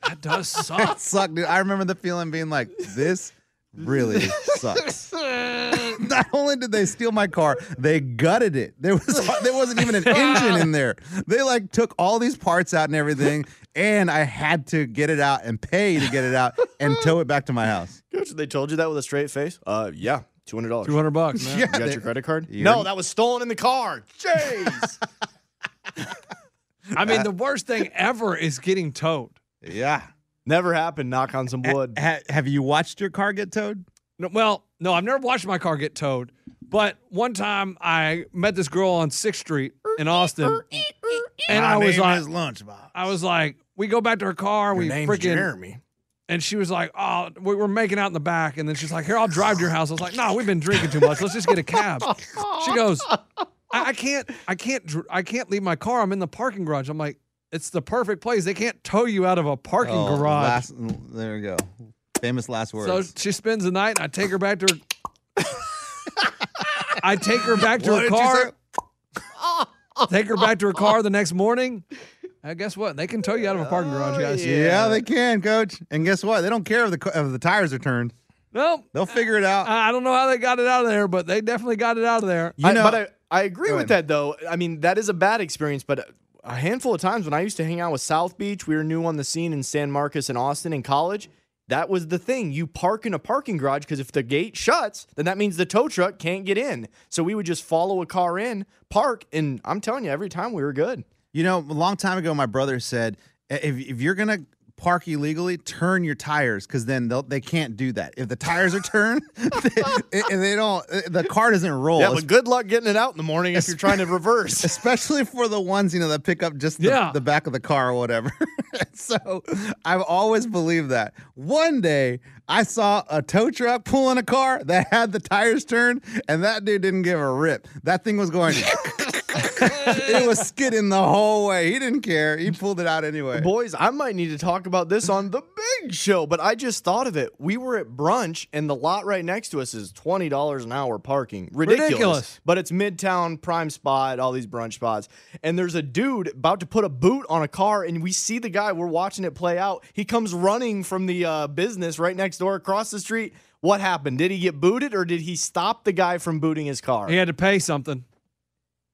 Speaker 2: That does
Speaker 4: that
Speaker 2: suck.
Speaker 4: sucked, dude. I remember the feeling being like, this really sucks. Not only did they steal my car, they gutted it. There was there wasn't even an engine in there. They like took all these parts out and everything, and I had to get it out and pay to get it out and tow it back to my house.
Speaker 3: Coach, they told you that with a straight face? Uh, yeah, two hundred dollars.
Speaker 2: 200 bucks, man.
Speaker 4: (laughs) Yeah,
Speaker 3: You got
Speaker 4: they-
Speaker 3: your credit card?
Speaker 4: You
Speaker 3: no,
Speaker 4: heard-
Speaker 3: that was stolen in the car. Jeez.
Speaker 2: I mean, the worst thing ever is getting towed.
Speaker 4: Yeah.
Speaker 3: Never happened. Knock on some wood.
Speaker 4: Ha- have you watched your car get towed?
Speaker 2: No, well, no, I've never watched my car get towed. But one time I met this girl on 6th Street in Austin. And I was like,
Speaker 4: Lunchbox.
Speaker 2: I was like, we go back to her car. we freaking. And she was like, oh, we were making out in the back. And then she's like, here, I'll drive to your house. I was like, no, we've been drinking too much. Let's just get a cab. She goes, I, I can't, I can't, dr- I can't leave my car. I'm in the parking garage. I'm like, it's the perfect place. They can't tow you out of a parking garage.
Speaker 4: Oh, Last, there we go. Famous last words.
Speaker 2: So she spends the night, and I take her back to her. I take her back to
Speaker 4: What
Speaker 2: her
Speaker 4: did you
Speaker 2: car.
Speaker 4: (laughs)
Speaker 2: take her back to her car the next morning. And guess what? They can tow you out of a parking garage, guys.
Speaker 4: Oh, yeah, they can, coach. And guess what? They don't care if the ca- if the tires are turned.
Speaker 2: No,
Speaker 4: They'll figure it out.
Speaker 2: I I don't know how they got it out of there, but they definitely got it out of there.
Speaker 4: You
Speaker 3: I-
Speaker 4: know-
Speaker 3: but I, I agree
Speaker 4: Go
Speaker 3: with
Speaker 4: ahead.
Speaker 3: that though. I mean, that is a bad experience, but a handful of times when I used to hang out with South Beach, we were new on the scene in San Marcos and Austin in college. That was the thing. You park in a parking garage because if the gate shuts, then that means the tow truck can't get in. So we would just follow a car in, park, and I'm telling you, every time we were good.
Speaker 4: You know, a long time ago, my brother said, "I- if, if you're going to park illegally, turn your tires because then they'll, they can't do that. If the tires are turned, (laughs) they, and they don't, eh, the car doesn't roll.
Speaker 3: yeah, but good luck getting it out in the morning if you're
Speaker 4: (laughs)
Speaker 3: trying
Speaker 2: (laughs)
Speaker 3: to reverse.
Speaker 4: Especially for the ones, you know, that pick up just the,
Speaker 2: Yeah.
Speaker 4: the back of the car or whatever. (laughs) so I've always believed that. One day I saw a tow truck pulling a car that had the tires turned, and that dude didn't give a rip. That thing was going. (laughs) it was skidding the whole way. He didn't care. He pulled it out anyway.
Speaker 3: (laughs) Boys, I might need to talk about this on the big show, but I just thought of it. We were at brunch, and the lot right next to us is twenty dollars an hour parking. Ridiculous.
Speaker 2: Ridiculous.
Speaker 3: But it's midtown, prime spot, all these brunch spots. And there's a dude about to put a boot on a car, and we see the guy. We're watching it play out. He comes running from the uh, business right next door across the street. What happened? Did he get booted, or did he stop the guy from booting his car?
Speaker 2: He had to pay something.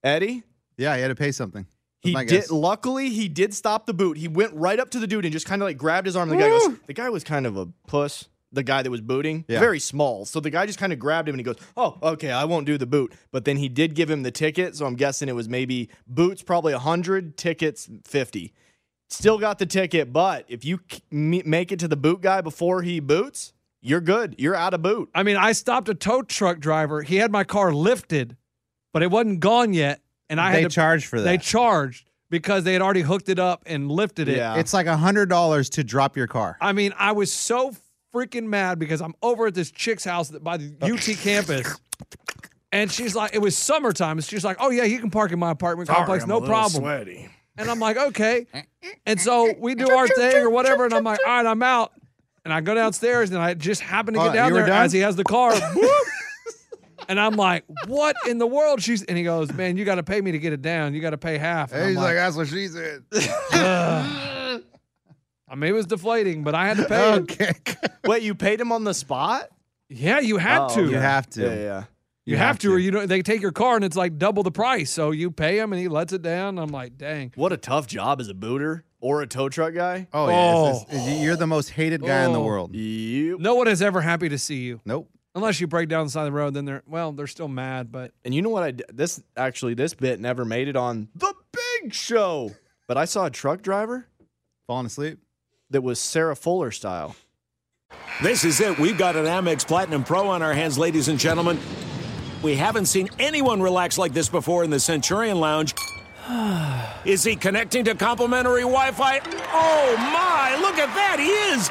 Speaker 3: Eddie.
Speaker 4: Yeah, he had to pay something. That's
Speaker 3: He
Speaker 4: my
Speaker 3: did.
Speaker 4: guess.
Speaker 3: Luckily, he did stop the boot. He went right up to the dude and just kind of like grabbed his arm. The guy goes. The guy was kind of a puss. The guy that was booting,
Speaker 4: Yeah.
Speaker 3: very small. So the guy just kind of grabbed him and he goes, "Oh, okay, I won't do the boot." But then he did give him the ticket. So I'm guessing it was maybe boots probably hundred, tickets fifty. Still got the ticket, but if you k- me- make it to the boot guy before he boots, you're good. You're out
Speaker 4: (laughs)
Speaker 3: of boot.
Speaker 2: I mean, I stopped a tow truck driver. He had my car lifted, but it wasn't gone yet, and I
Speaker 4: they
Speaker 2: had to.
Speaker 4: charge for that.
Speaker 2: They charged because they had already hooked it up and lifted it.
Speaker 3: Yeah.
Speaker 4: it's like a hundred dollars to drop your car.
Speaker 2: I mean, I was so freaking mad because I'm over at this chick's house that by the
Speaker 4: Oh.
Speaker 2: UT campus. And she's like, it was summertime. And she's like, oh, yeah, you can park in my apartment complex, no problem.
Speaker 3: Sweaty.
Speaker 2: And I'm like, okay. And so we do our thing or whatever. And I'm like, all right, I'm out. And I go downstairs and I just happen to
Speaker 4: Oh,
Speaker 2: get down
Speaker 4: you were
Speaker 2: there
Speaker 4: done?
Speaker 2: as he has the car. Whoop. and I'm like, what in the world? She's and he goes, man, you got to pay me to get it down. You got to pay half. And I'm
Speaker 4: that's what she said.
Speaker 2: I mean, it was deflating, but I had to pay. it.
Speaker 4: (laughs) Okay.
Speaker 3: Wait, you paid him on the spot?
Speaker 2: Yeah, you had
Speaker 3: Oh,
Speaker 2: to.
Speaker 3: okay.
Speaker 4: You have to.
Speaker 3: Yeah, yeah.
Speaker 2: You, have, to, or you don't. They take your car and it's like double the price. So you pay him and he lets it down. I'm like, dang.
Speaker 3: What a tough job as a booter or a tow truck guy.
Speaker 4: Oh, yeah. it's- it's- you're the most hated guy in the
Speaker 2: Oh.
Speaker 4: world.
Speaker 3: Yep.
Speaker 2: No one is ever happy to see you
Speaker 4: Nope.
Speaker 2: unless you break down the side of the road. Then they're well, they're still mad. But
Speaker 3: And you know what? I d- this actually this bit never made it on the Big Show, but I saw a truck driver
Speaker 4: Falling asleep.
Speaker 3: that was Sarah Fuller style.
Speaker 5: This is it. We've got an Amex Platinum Pro on our hands, ladies and gentlemen. We haven't seen anyone relax like this before in the Centurion Lounge. (sighs) Is he connecting to complimentary Wi Fi? Oh my, look at that! He is!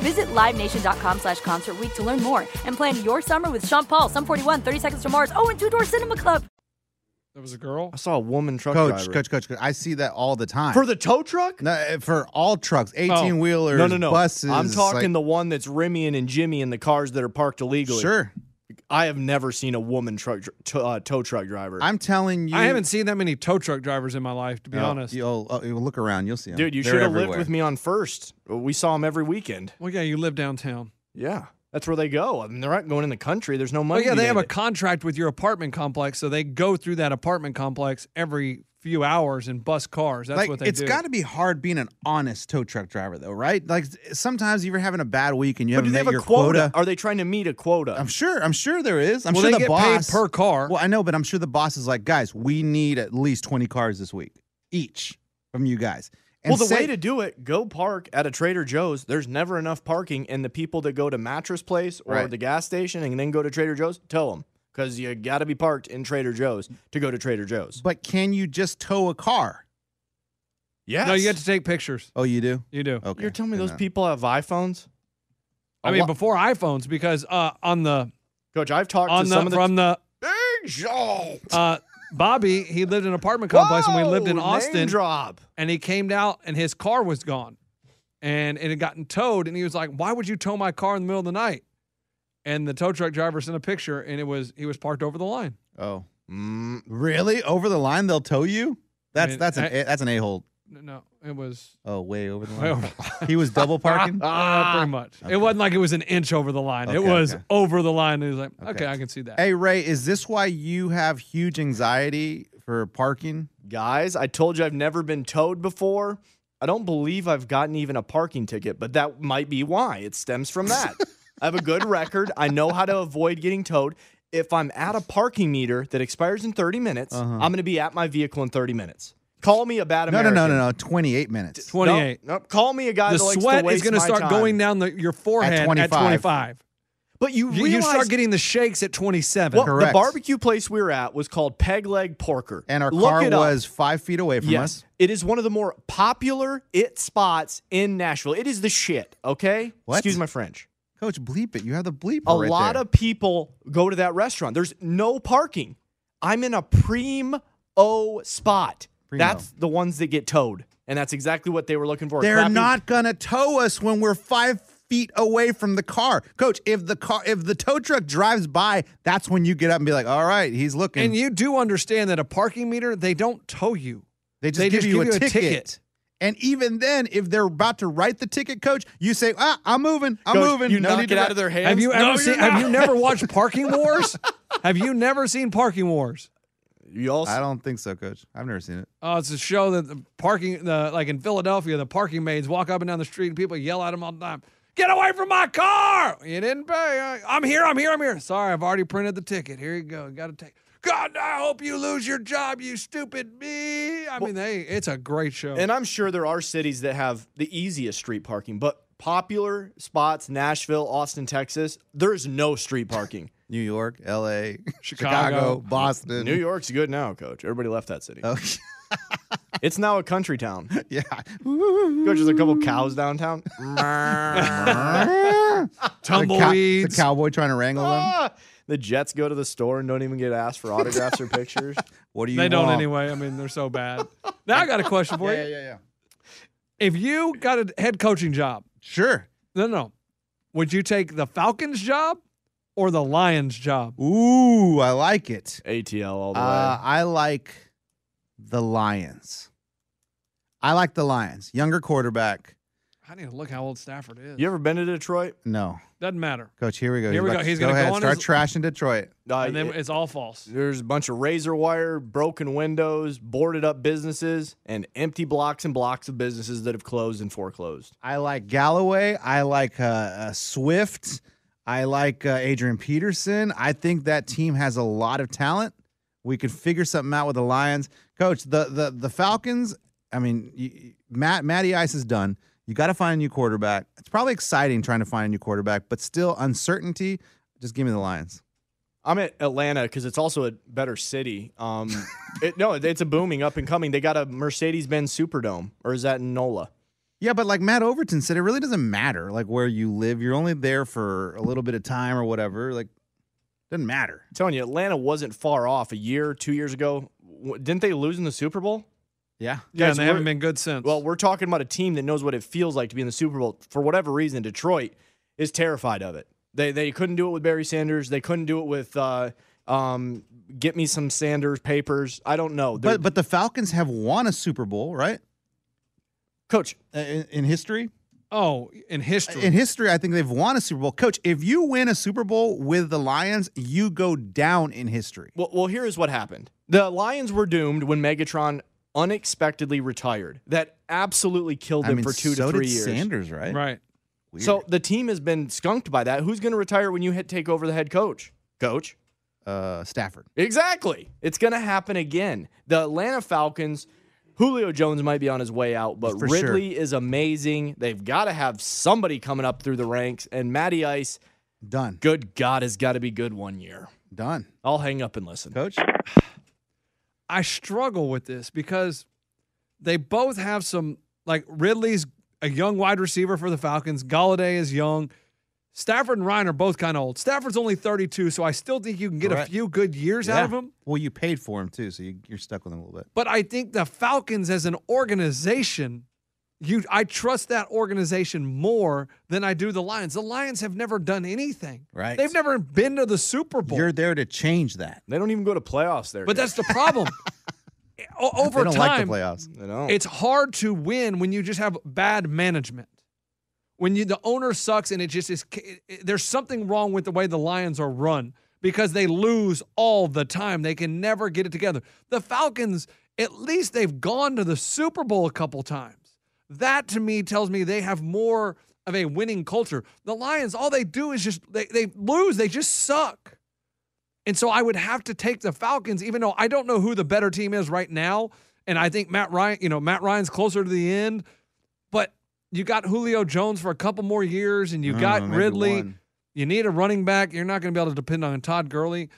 Speaker 6: Visit LiveNation.com slash Concert Week to learn more and plan your summer with Sean Paul, Sum 41, 30 Seconds to Mars, oh, and Two Door Cinema Club.
Speaker 2: there was a girl.
Speaker 3: I saw a woman truck
Speaker 4: Coach,
Speaker 3: driver
Speaker 4: coach, coach, coach. I see that all the time.
Speaker 3: for the tow truck.
Speaker 4: No, uh, for all trucks, 18 wheelers,
Speaker 3: No, no, no.
Speaker 4: buses.
Speaker 3: I'm talking
Speaker 4: like-
Speaker 3: the one that's Remying and Jimmy in the cars that are parked illegally.
Speaker 4: Sure.
Speaker 3: I have never seen a woman truck dr- to, uh, tow truck driver.
Speaker 4: I'm telling you.
Speaker 2: I haven't seen that many tow truck drivers in my life, to be
Speaker 4: Oh,
Speaker 2: honest.
Speaker 4: You'll, oh, you'll look around. You'll see them.
Speaker 3: Dude, you
Speaker 4: They're
Speaker 3: should have lived
Speaker 4: everywhere.
Speaker 3: with me on first. We saw them every weekend.
Speaker 2: Well, yeah, you live downtown.
Speaker 3: Yeah. That's where they go. I mean, they're not going in the country. There's no
Speaker 2: Well,
Speaker 3: money.
Speaker 2: yeah,
Speaker 3: to be
Speaker 2: they have a
Speaker 3: made.
Speaker 2: contract with your apartment complex, so they go through that apartment complex every few hours and bus cars. That's
Speaker 4: like
Speaker 2: what they
Speaker 4: it's
Speaker 2: do.
Speaker 4: got to be hard being an honest tow truck driver though, right? Like s- sometimes you're having a bad week and you
Speaker 3: But do
Speaker 4: haven't
Speaker 3: they
Speaker 4: met
Speaker 3: have a
Speaker 4: your
Speaker 3: quota? Are they trying to meet a quota?
Speaker 4: I'm sure. I'm sure there is. I'm
Speaker 2: Well,
Speaker 4: sure
Speaker 2: they
Speaker 4: the
Speaker 2: get paid
Speaker 4: boss
Speaker 2: per car.
Speaker 4: Well, I know, but I'm sure the boss is like, guys, we need at least 20 cars this week each from you guys. And
Speaker 3: well, the
Speaker 4: say-
Speaker 3: way to do it, go park at a Trader Joe's. There's never enough parking, and the people that go to Mattress Place or
Speaker 4: Right.
Speaker 3: the gas station and then go to Trader Joe's, tell them because you got to be parked in Trader Joe's to go to Trader Joe's.
Speaker 4: but can you just tow a car?
Speaker 3: Yes.
Speaker 2: No, you have to take pictures.
Speaker 4: Oh, you do.
Speaker 2: You do.
Speaker 4: Okay.
Speaker 3: You're telling me
Speaker 4: Then
Speaker 3: those
Speaker 4: no.
Speaker 3: people have iPhones,
Speaker 2: I mean, before iPhones, because uh, on the
Speaker 3: Coach? I've talked
Speaker 2: on
Speaker 3: to
Speaker 2: the
Speaker 3: some of the
Speaker 2: from the
Speaker 3: Big Joe.
Speaker 2: uh, Bobby, he lived in an apartment complex, and we lived in
Speaker 3: Whoa, name
Speaker 2: Austin.
Speaker 3: Drop.
Speaker 2: and he came out and his car was gone and it had gotten towed and he was like why would you tow my car in the middle of the night and the tow truck driver sent a picture and it was he was parked over the line
Speaker 4: Oh, Mm, really? Over the line, they'll tow you. That's
Speaker 2: mean,
Speaker 4: that's an
Speaker 2: I-
Speaker 4: a that's an a hole.
Speaker 2: no it
Speaker 3: (laughs)
Speaker 2: was
Speaker 4: Oh, way over the
Speaker 2: Way
Speaker 4: line.
Speaker 2: over the
Speaker 4: he was
Speaker 2: (laughs)
Speaker 4: double parking.
Speaker 2: uh, pretty much it wasn't like it was an inch over the line it
Speaker 4: Okay,
Speaker 2: was
Speaker 4: okay.
Speaker 2: over the line and he was like okay,
Speaker 4: Okay.
Speaker 2: i can see that
Speaker 4: Hey Ray, is this why you have huge anxiety for parking?
Speaker 3: Guys, I told you I've never been towed before. I don't believe I've gotten even a parking ticket, but that might be why. It stems
Speaker 4: (laughs)
Speaker 3: from that. I have a good record. I know how to avoid getting towed. If I'm at a parking meter that expires in 30 minutes, I'm going to be at my vehicle in 30 minutes. Call me a bad
Speaker 4: Uh-huh. No,
Speaker 3: American.
Speaker 4: no, no, no, no. Twenty-eight minutes.
Speaker 2: 28
Speaker 3: No, no, call me a guy
Speaker 2: the
Speaker 3: that likes
Speaker 2: sweat
Speaker 3: to
Speaker 2: is
Speaker 3: waste
Speaker 2: going to
Speaker 3: my
Speaker 2: start
Speaker 3: time.
Speaker 2: going down the, your forehead at 25,
Speaker 4: 25.
Speaker 3: But you
Speaker 2: You,
Speaker 3: realize
Speaker 2: you start getting the shakes at 27
Speaker 3: well, the
Speaker 4: Correct.
Speaker 3: barbecue place we were at was called Peg Leg Porker,
Speaker 4: And our
Speaker 3: Look
Speaker 4: car
Speaker 3: it up.
Speaker 4: was five feet away from us.
Speaker 3: It is one of the more popular it spots in Nashville. It is the shit, okay?
Speaker 4: What? Oh,
Speaker 3: Excuse my French.
Speaker 4: Coach, bleep it. You have the bleep.
Speaker 3: A lot of people go to that restaurant. There's no parking. I'm in a prime O spot.
Speaker 4: Primo.
Speaker 3: That's the ones that get towed. And that's exactly what they were looking for.
Speaker 4: They're
Speaker 3: Crappy-
Speaker 4: not gonna tow us when we're five feet away from the car, Coach. If the car, if the tow truck drives by, that's when you get up and be like, "All right, he's looking."
Speaker 2: and you do understand that a parking meter they don't tow you
Speaker 4: they just
Speaker 2: they
Speaker 4: give
Speaker 2: just
Speaker 4: you,
Speaker 2: give
Speaker 4: a,
Speaker 2: you a
Speaker 4: ticket.
Speaker 2: ticket.
Speaker 4: And even then, if they're about to write the ticket, Coach, you say, "Ah, I'm moving. I'm
Speaker 3: Coach,
Speaker 4: moving."
Speaker 3: You
Speaker 4: No
Speaker 3: knock
Speaker 4: need
Speaker 3: it
Speaker 4: to
Speaker 3: out
Speaker 4: write-
Speaker 3: of their hands.
Speaker 2: have you ever
Speaker 3: No, you're (laughs)
Speaker 2: seen have
Speaker 3: not.
Speaker 2: (laughs) you never watched parking wars Have you never seen Parking Wars?
Speaker 3: You also
Speaker 4: I don't think so, Coach. I've never seen it.
Speaker 2: Oh, it's a show that the parking, the like in Philadelphia, the parking maids walk up and down the street and people yell at them all the time. Get away from my car! You didn't pay. I- I'm here. I'm here. I'm here. Sorry, I've already printed the ticket. Here you go. Got to take. God, I hope you lose your job, you stupid me. I mean, they. It's a great show.
Speaker 3: And I'm sure there are cities that have the easiest street parking, but popular spots, Nashville, Austin, Texas, there is no street parking.
Speaker 4: New York, L.A., (laughs) Chicago,
Speaker 2: Chicago.
Speaker 4: Boston.
Speaker 3: New York's good now, coach. Everybody left that city.
Speaker 4: Oh,
Speaker 3: (laughs) It's now a country town. coach, (laughs)
Speaker 4: yeah.
Speaker 3: there's a couple cows downtown. (laughs)
Speaker 4: The, cow- the
Speaker 2: Tumbleweeds.
Speaker 4: cowboy trying to wrangle them.
Speaker 3: Ah, the Jets go to the store and don't even get asked for autographs or pictures.
Speaker 4: What do you
Speaker 2: they don't
Speaker 4: want?
Speaker 2: anyway. I mean, they're so (laughs) bad. now I got a question for you.
Speaker 4: Yeah, yeah, yeah.
Speaker 2: If you got a head coaching job,
Speaker 4: Sure.
Speaker 2: no, no, would you take the Falcons job or the Lions job?
Speaker 4: Ooh, I like it.
Speaker 3: ATL all the
Speaker 4: Uh,
Speaker 3: way.
Speaker 4: I like the Lions. I like the Lions. Younger quarterback.
Speaker 2: I need to look how old Stafford is.
Speaker 3: You ever been to Detroit?
Speaker 4: No,
Speaker 2: Doesn't matter.
Speaker 4: Coach. Here we go.
Speaker 2: Here we
Speaker 4: about
Speaker 2: go.
Speaker 4: to-
Speaker 2: He's
Speaker 4: go
Speaker 2: gonna go
Speaker 4: ahead.
Speaker 2: on
Speaker 4: Start
Speaker 2: his-
Speaker 4: trashing Detroit.
Speaker 3: Uh,
Speaker 2: And then
Speaker 3: it-
Speaker 2: it's all false.
Speaker 3: there's a bunch of razor wire, broken windows, boarded up businesses, and empty blocks and blocks of businesses that have closed and foreclosed.
Speaker 4: I like Galloway. I like uh, uh, Swift. I like uh, Adrian Peterson. I think that team has a lot of talent. We could figure something out with the Lions, Coach. The the the Falcons. I mean, you, you- Matt Matty Ice is done. You got to find a new quarterback. It's probably exciting trying to find a new quarterback, but still uncertainty. Just give me the Lions.
Speaker 3: I'm at Atlanta because it's also a better city. Um, (laughs) it, no, it's a booming up and coming. They got a Mercedes Benz Superdome, or is that in NOLA?
Speaker 4: Yeah, but like Matt Overton said, it really doesn't matter like where you live. You're only there for a little bit of time or whatever. Like, doesn't matter.
Speaker 3: I'm telling you, Atlanta wasn't far off a year, two years ago. W- didn't they lose in the Super Bowl?
Speaker 4: Yeah.
Speaker 2: yeah, and
Speaker 3: Guys,
Speaker 2: they haven't
Speaker 3: we're-
Speaker 2: been good since.
Speaker 3: Well, we're talking about a team that knows what it feels like to be in the Super Bowl. For whatever reason, Detroit is terrified of it. They they couldn't do it with Barry Sanders. They couldn't do it with uh, um, get me some Sanders papers. I don't know. They're-
Speaker 4: But but the Falcons have won a Super Bowl, right?
Speaker 3: coach,
Speaker 4: Uh, In, in history,
Speaker 2: oh, in history.
Speaker 4: in history, I think they've won a Super Bowl. Coach, if you win a Super Bowl with the Lions, you go down in history.
Speaker 3: Well, well, here is what happened. The Lions were doomed when Megatron unexpectedly retired. That absolutely killed them
Speaker 4: I mean,
Speaker 3: for two
Speaker 4: so
Speaker 3: to three
Speaker 4: did
Speaker 3: years.
Speaker 4: Sanders, right?
Speaker 2: right.
Speaker 4: Weird.
Speaker 3: So the team has been skunked by that. Who's going to retire when you hit, take over the head coach? Coach.
Speaker 4: uh, Stafford.
Speaker 3: Exactly. It's going to happen again. The Atlanta Falcons, Julio Jones might be on his way out, but
Speaker 4: For sure.
Speaker 3: Ridley is amazing. They've got to have somebody coming up through the ranks. And Matty Ice,
Speaker 4: Done.
Speaker 3: good God, has got to be good one year.
Speaker 4: Done.
Speaker 3: I'll hang up and listen.
Speaker 4: Coach?
Speaker 2: I struggle with this because they both have some like Ridley's a young wide receiver for the Falcons. Galladay is young. Stafford and Ryan are both kind of old. Stafford's only 32, so I still think you can get
Speaker 4: Correct.
Speaker 2: a few good years out of him.
Speaker 4: Well, you paid for him too, so you, you're stuck with him a little bit.
Speaker 2: But I think the Falcons as an organization, you I trust that organization more than I do the Lions. The Lions have never done anything.
Speaker 4: Right.
Speaker 2: They've never been to the Super Bowl.
Speaker 4: You're there to change that.
Speaker 3: They don't even go to playoffs there.
Speaker 2: but that's the
Speaker 4: (laughs)
Speaker 2: problem. O-
Speaker 4: they
Speaker 2: Over
Speaker 4: don't like
Speaker 2: time,
Speaker 4: the playoffs.
Speaker 3: you know.
Speaker 2: it's hard to win when you just have bad management. When you the owner sucks and it just is it- it- there's something wrong with the way the Lions are run because they lose all the time. They can never get it together. The Falcons, at least they've gone to the Super Bowl a couple times. That to me tells me they have more of a winning culture. The Lions, all they do is just they, they lose. They just suck. And so I would have to take the Falcons, even though I don't know who the better team is right now. And I think Matt Ryan, you know, Matt Ryan's closer to the end, but you got Julio Jones for a couple more years and you
Speaker 4: I don't
Speaker 2: got
Speaker 4: know, maybe
Speaker 2: Ridley.
Speaker 4: one.
Speaker 2: You need a running back. You're not going to be able to depend on Todd Gurley.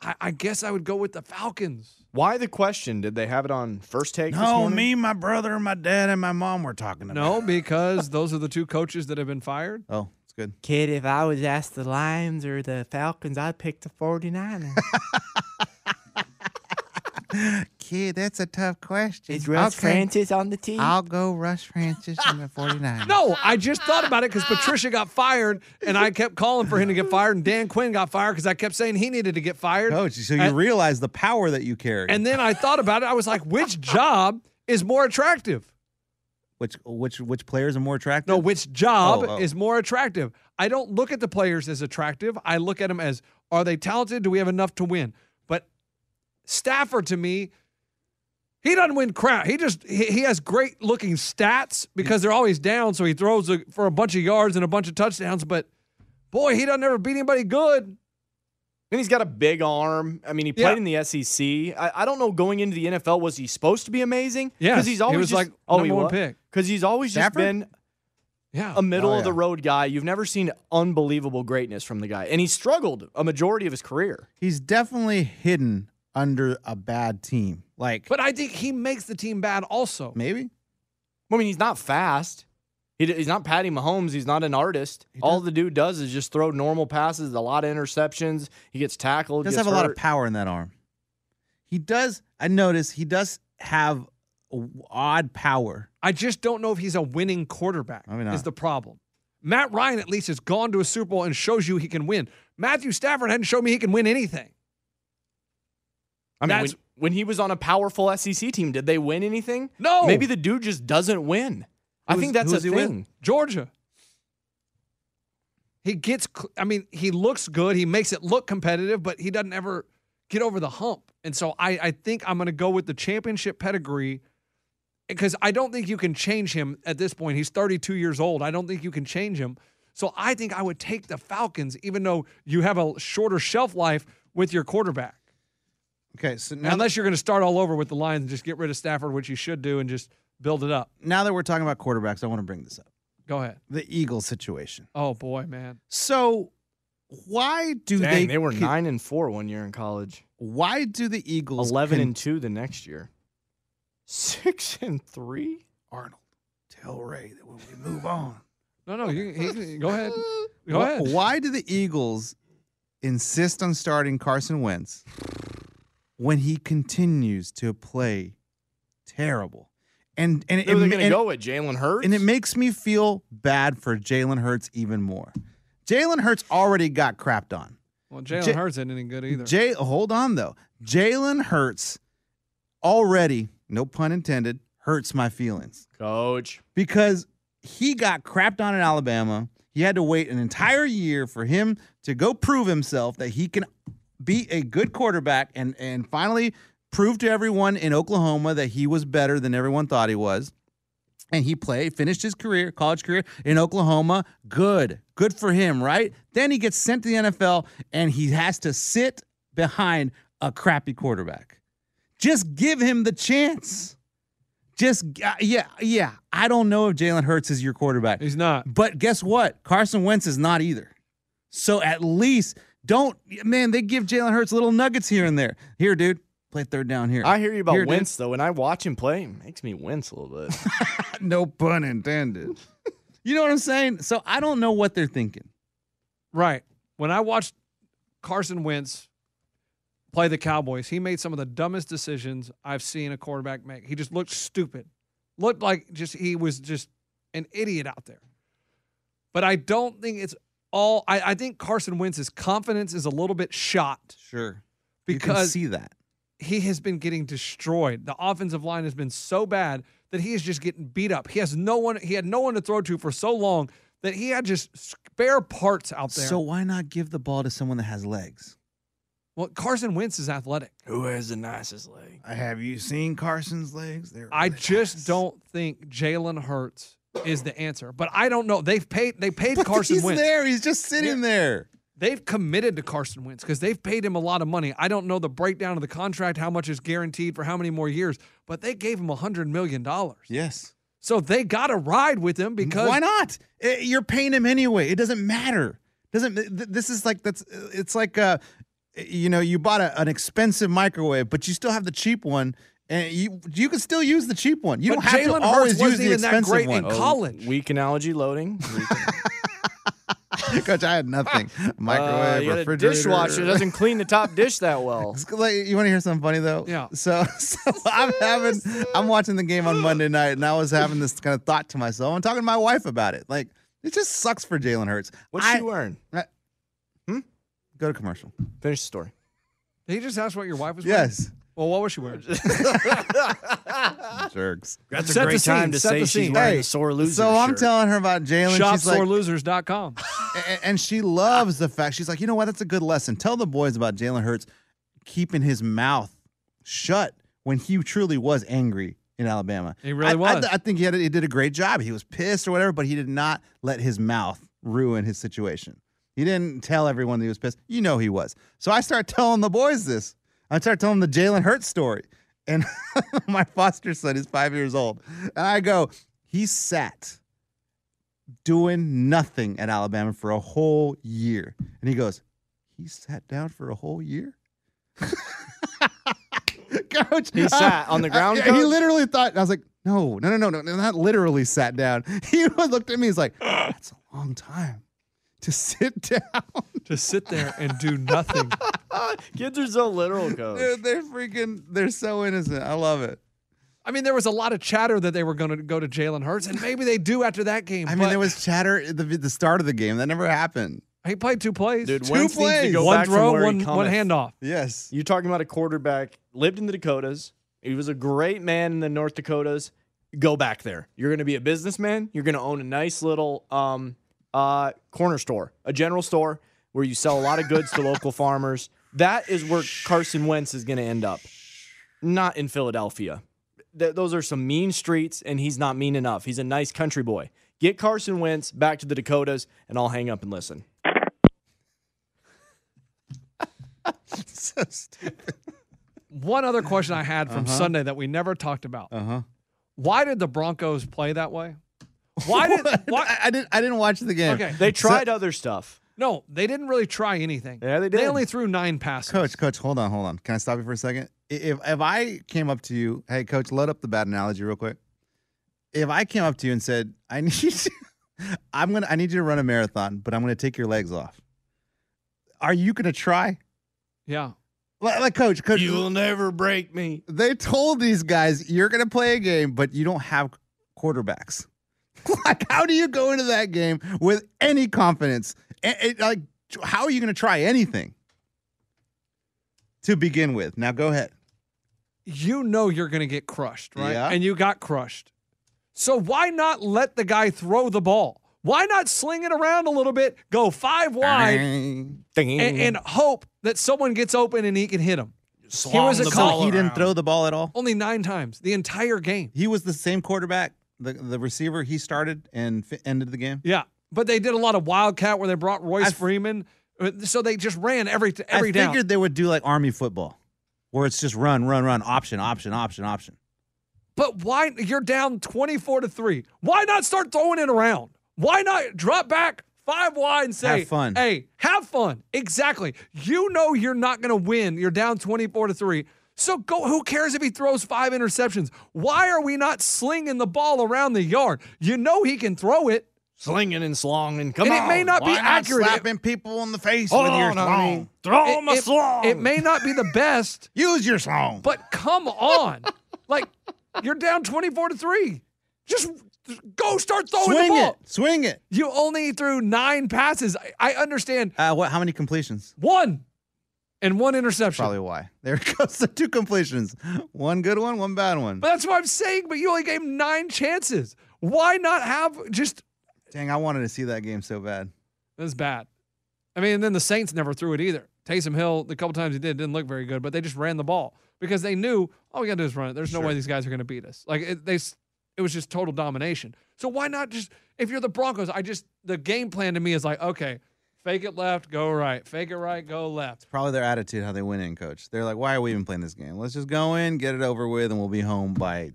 Speaker 2: I, I guess I would go with the Falcons.
Speaker 3: Why the question? Did they have it on first take? this
Speaker 4: No,
Speaker 3: morning?
Speaker 4: me, my brother, my dad, and my mom were talking about
Speaker 2: No, because those are the two coaches that have been fired.
Speaker 4: it. Oh, it's good.
Speaker 7: Kid, if I was asked the Lions or the Falcons, I'd pick the 49ers.
Speaker 4: Kid, that's a tough question.
Speaker 7: Is Russ
Speaker 4: Okay.
Speaker 7: Francis on the team?
Speaker 4: I'll go Rush Francis and the 49ers.
Speaker 2: No, I just thought about it because Patricia got fired, and I kept calling for him to get fired, and Dan Quinn got fired because I kept saying he needed to get fired.
Speaker 4: Coach, so you
Speaker 2: I-
Speaker 4: realize the power that you carry.
Speaker 2: And then I thought about it. I was like, which job is more attractive?
Speaker 4: which which which players are more attractive?
Speaker 2: No, which job
Speaker 4: Oh, oh.
Speaker 2: is more attractive? I don't look at the players as attractive. I look at them as are they talented? Do we have enough to win? But Stafford to me, he doesn't win crap. He just he, he has great looking stats because they're always down, so he throws a, for a bunch of yards and a bunch of touchdowns. But boy, he doesn't ever beat anybody good.
Speaker 3: And he's got a big arm. I mean, he played
Speaker 2: Yeah.
Speaker 3: in the SEC. I, I don't know. Going into the NFL, was he supposed to be amazing?
Speaker 2: Yes,
Speaker 3: he's
Speaker 2: he
Speaker 3: always
Speaker 2: was,
Speaker 3: just, Oh,
Speaker 2: like, number one pick.
Speaker 3: Because he's always
Speaker 4: Stafford?
Speaker 3: just been
Speaker 2: Yeah,
Speaker 3: a middle
Speaker 4: Oh,
Speaker 3: of the road guy. You've never seen unbelievable greatness from the guy, and he struggled a majority of his career.
Speaker 4: He's definitely hidden under a bad team. Like
Speaker 2: but I think he makes the team bad also.
Speaker 4: maybe
Speaker 3: I mean, he's not fast. He, d- he's not Patty Mahomes. He's not an artist. All the dude does is just throw normal passes, a lot of interceptions. He gets tackled.
Speaker 4: does
Speaker 3: gets
Speaker 4: have a lot of
Speaker 3: hurt.
Speaker 4: power in that arm. He does. I notice he does have a- odd power.
Speaker 2: I just don't know if he's a winning quarterback.
Speaker 4: Maybe not.
Speaker 2: Is the problem? Matt Ryan at least has gone to a Super Bowl and shows you he can win. Matthew Stafford hadn't shown me he can win anything.
Speaker 3: I mean, when,
Speaker 2: That's-
Speaker 3: when he was on a powerful SEC team, did they win anything?
Speaker 2: No.
Speaker 3: Maybe the dude just doesn't win. I
Speaker 2: Who's-
Speaker 3: think that's a
Speaker 2: who's
Speaker 3: thing.
Speaker 2: he with? Georgia. He gets. cl- I mean, he looks good. He makes it look competitive, but he doesn't ever get over the hump. And so I, I think I'm going to go with the championship pedigree because I don't think you can change him at this point. He's 32 years old. I don't think you can change him. So I think I would take the Falcons, even though you have a shorter shelf life with your quarterback.
Speaker 4: Okay, so now
Speaker 2: Unless you're going to start all over with the Lions and just get rid of Stafford, which you should do, and just build it up.
Speaker 4: now that we're talking about quarterbacks, I want to bring this up.
Speaker 2: Go ahead.
Speaker 4: The Eagles situation.
Speaker 2: Oh boy, man.
Speaker 4: So why do
Speaker 3: Dang,
Speaker 4: they
Speaker 3: they, were
Speaker 4: con-
Speaker 3: nine and four one year in college,
Speaker 4: Why do the Eagles
Speaker 3: eleven
Speaker 4: con-
Speaker 3: and two the next year, six and three.
Speaker 4: Arnold tell Ray that when we move on?
Speaker 2: No, no, you, he, he- go
Speaker 4: (laughs)
Speaker 2: ahead. Go
Speaker 4: Wh-
Speaker 2: ahead.
Speaker 4: Why do the Eagles insist on starting Carson Wentz when he continues to play terrible? And and
Speaker 3: They were
Speaker 4: and,
Speaker 3: going to
Speaker 4: and-
Speaker 3: go with Jalen Hurts.
Speaker 4: and it makes me feel bad for Jalen Hurts even more. Jalen Hurts already got crapped on.
Speaker 2: Well, Jalen
Speaker 4: J-
Speaker 2: Hurts isn't any good either.
Speaker 4: Jay, hold on though. Jalen Hurts already, no pun intended, hurts my feelings
Speaker 3: Coach,
Speaker 4: because he got crapped on in Alabama. He had to wait an entire year for him to go prove himself that he can be a good quarterback and and finally prove to everyone in Oklahoma that he was better than everyone thought he was. And he played, finished his career, college career in Oklahoma. Good. Good for him, right? Then he gets sent to the NFL and he has to sit behind a crappy quarterback. Just give him the chance. Just uh, yeah, yeah. I don't know if Jalen Hurts is your quarterback,
Speaker 2: He's not.
Speaker 4: but guess what? Carson Wentz is not either. So at least don't man. They give Jalen Hurts little nuggets here and there. Here, dude, play third down here.
Speaker 3: I hear you about
Speaker 4: Here, dude.
Speaker 3: Wentz though, and I watch him play. It makes me wince a little (laughs) bit.
Speaker 4: No pun intended. you know what I'm saying? So I don't know what they're thinking.
Speaker 2: Right. When I watched Carson Wentz play the Cowboys, he made some of the dumbest decisions I've seen a quarterback make. He just looked stupid. Looked like just he was just an idiot out there. But I don't think it's all I, I think Carson Wentz's confidence is a little bit shot
Speaker 4: Sure, because
Speaker 2: because
Speaker 4: see that.
Speaker 2: he has been getting destroyed. The offensive line has been so bad that he is just getting beat up. He has no one. He had no one to throw to for so long that he had just spare parts out there.
Speaker 4: So why not give the ball to someone that has legs?
Speaker 2: well, Carson Wentz is athletic.
Speaker 3: Who has the nicest leg?
Speaker 4: Have you seen Carson's legs? They're
Speaker 2: I
Speaker 4: (laughs)
Speaker 2: just don't think Jalen Hurts is the answer. But I don't know. They've paid. They
Speaker 4: (laughs)
Speaker 2: paid Carson
Speaker 4: he's
Speaker 2: Wentz.
Speaker 4: there. He's just sitting there.
Speaker 2: They've committed to Carson Wentz because they've paid him a lot of money. I don't know the breakdown of the contract, how much is guaranteed for how many more years, but they gave him a hundred million dollars.
Speaker 4: Yes.
Speaker 2: So they got to ride with him because
Speaker 4: why not? Eh, you're paying him anyway. It doesn't matter. Doesn't th- th- this is like that's it's like uh you know you bought a, an expensive microwave, but you still have the cheap one, and you you can still use the cheap one. You
Speaker 2: But
Speaker 4: don't have
Speaker 2: Jalen Hurts
Speaker 4: to always use
Speaker 2: wasn't
Speaker 4: the
Speaker 2: even that
Speaker 4: expensive
Speaker 2: great in
Speaker 4: one.
Speaker 3: Oh,
Speaker 2: College.
Speaker 3: Weak analogy loading. Weak-
Speaker 4: (laughs) Coach, I had nothing.
Speaker 3: Uh,
Speaker 4: Microwave,
Speaker 3: you got a
Speaker 4: refrigerator,
Speaker 3: dishwasher
Speaker 4: (laughs)
Speaker 3: doesn't clean the top dish that well.
Speaker 4: It's like- you want to hear something funny though?
Speaker 2: Yeah.
Speaker 4: So, (laughs) so I'm having, I'm watching the game on Monday night, and I was having this kind of thought to myself. I'm talking to my wife about it. Like, it just sucks for Jalen Hurts.
Speaker 3: What's
Speaker 4: I-
Speaker 3: she wearing?
Speaker 4: Go to commercial.
Speaker 3: Finish the story.
Speaker 2: Did he just ask what your wife was wearing? (laughs)
Speaker 4: Yes.
Speaker 2: Well, what was she wearing?
Speaker 4: Jerks.
Speaker 3: That's
Speaker 2: Set the
Speaker 3: a great time
Speaker 2: scene,
Speaker 3: to
Speaker 2: set
Speaker 3: say
Speaker 2: the
Speaker 3: she's
Speaker 2: scene.
Speaker 3: wearing
Speaker 4: Hey,
Speaker 3: a sore loser.
Speaker 4: So I'm
Speaker 3: shirt.
Speaker 4: telling her about Jalen. She's like,
Speaker 2: ShopSoreLosers.com.
Speaker 4: a- and she loves the fact she's like, you know what? That's a good lesson. Tell the boys about Jalen Hurts keeping his mouth shut when he truly was angry in Alabama.
Speaker 2: He really
Speaker 4: I, I
Speaker 2: was.
Speaker 4: th- I, think he, had, he did a great job. He was pissed or whatever, but he did not let his mouth ruin his situation. He didn't tell everyone that he was pissed. You know he was. So I start telling the boys this. I start telling them the Jalen Hurts story. And (laughs) my foster son is five years old. And I go, he sat doing nothing at Alabama for a whole year. And he goes, he sat down for a whole (laughs) year? coach.
Speaker 3: He
Speaker 4: I-
Speaker 3: sat on the ground,
Speaker 4: I- uh, yeah, he
Speaker 3: coach?
Speaker 4: literally thought, I was like, no, no, no, no, no, no, not literally sat down. (laughs) He looked at me, he's like, that's a long time to sit (laughs) down.
Speaker 2: to sit there and do nothing.
Speaker 3: Kids are so literal, coach.
Speaker 4: Dude, they're freaking, they're so innocent. I love it.
Speaker 2: (laughs) I mean, there was a lot of chatter that they were going to go to Jalen Hurts, and maybe they do after that game.
Speaker 4: I mean,
Speaker 2: but
Speaker 4: there was chatter at the, the start of the game. That never happened.
Speaker 2: he played two plays,
Speaker 3: Dude,
Speaker 2: Two-
Speaker 3: Wentz needs to
Speaker 4: plays.
Speaker 3: go
Speaker 2: one
Speaker 3: back
Speaker 2: throw,
Speaker 3: from where
Speaker 2: one,
Speaker 3: he
Speaker 2: one
Speaker 3: cometh.
Speaker 2: handoff.
Speaker 4: Yes.
Speaker 3: You're talking about a quarterback lived in the Dakotas. He was a great man in the North Dakotas. Go back there. You're going to be a businessman. You're going to own a nice little um, uh, corner store, a general store where you sell a lot of goods to local farmers. That is where Carson Wentz is going to end up. Not in Philadelphia. Th- those are some mean streets, and he's not mean enough. He's a nice country boy. Get Carson Wentz back to the Dakotas, and I'll hang up and listen.
Speaker 4: (laughs) So stupid.
Speaker 2: One other question I had from Sunday that we never talked about:
Speaker 4: Uh-huh.
Speaker 2: Why did the Broncos play that way? Why (laughs) did?
Speaker 4: I,
Speaker 2: why,
Speaker 4: I didn't I didn't watch the game.
Speaker 2: okay,
Speaker 3: They tried other stuff.
Speaker 2: no, they didn't really try anything.
Speaker 3: Yeah, they
Speaker 2: They
Speaker 3: did.
Speaker 2: only threw nine passes.
Speaker 4: Coach, coach, hold on, hold on. Can I stop you for a second? I- If if I came up to you, hey coach, load up the bad analogy real quick. If I came up to you and said, I (laughs) need you, I'm gonna I need you to run a marathon, but I'm gonna take your legs off. Are you gonna try?
Speaker 2: yeah,
Speaker 4: Like, like coach, coach
Speaker 3: never break me.
Speaker 4: they told these guys you're gonna play a game, but you don't have quarterbacks. (laughs) like, how do you go into that game with any confidence? A- a- like, how are you gonna try anything to begin with? Now go ahead.
Speaker 2: you know you're going to get crushed, right?
Speaker 4: Yeah.
Speaker 2: And you got crushed. So why not let the guy throw the ball? Why not sling it around a little bit, go five wide, and, and hope that someone gets open and he can hit him. Here was a
Speaker 4: So
Speaker 2: call
Speaker 4: he didn't throw the ball at all.
Speaker 2: only nine times the entire game.
Speaker 4: He was the same quarterback, the the receiver he started and fi- ended the game.
Speaker 2: Yeah, but they did a lot of wildcat where they brought Royce
Speaker 4: I-
Speaker 2: Freeman, Uh, so they just ran every every
Speaker 4: I
Speaker 2: down.
Speaker 4: figured they would do like Army football, where it's just run, run, run, option, option, option, option.
Speaker 2: But why you're down 24 to 3. Why not start throwing it around? Why not drop back five wide and say,
Speaker 4: Have fun.
Speaker 2: Hey, have fun. Exactly. You know you're not gonna win. You're down 24 to 3. So go who cares if he throws five interceptions? Why are we not slinging the ball around the yard? You know he can throw it.
Speaker 3: slinging and slonging. Come
Speaker 2: And it
Speaker 3: on.
Speaker 2: may not be accurate. It-
Speaker 4: slapping people in the face
Speaker 3: Hold
Speaker 4: with your
Speaker 3: on,
Speaker 4: slong.
Speaker 3: honey. Throw
Speaker 2: It- it- it may not be the best,
Speaker 4: Use your slong.
Speaker 2: but come on. like you're down 24 to 3. Just just go start throwing the
Speaker 4: swing
Speaker 2: ball.
Speaker 4: it, swing it.
Speaker 2: You only threw nine passes. I, I understand
Speaker 4: Uh, what? How many completions?
Speaker 2: one and one interception.
Speaker 4: Probably why. There (laughs) goes the two completions. One good one, one bad one.
Speaker 2: But that's what I'm saying. But you only gave him nine chances. Why not have just
Speaker 4: Dang, I wanted to see that game so bad.
Speaker 2: that's bad. I mean, and then the Saints never threw it either. Taysom Hill, the couple times he did, didn't look very good, but they just ran the ball because they knew all we got to do is run it. There's no way these guys are going to beat us. Like it, they, s- it was just total domination. So why not just if you're the Broncos? I just the game plan to me is like, okay, fake it left, go right, fake it right, go left.
Speaker 4: Probably their attitude, how they went in, coach. They're like, why are we even playing this game? Let's just go in, get it over with, and we'll be home by.
Speaker 2: It-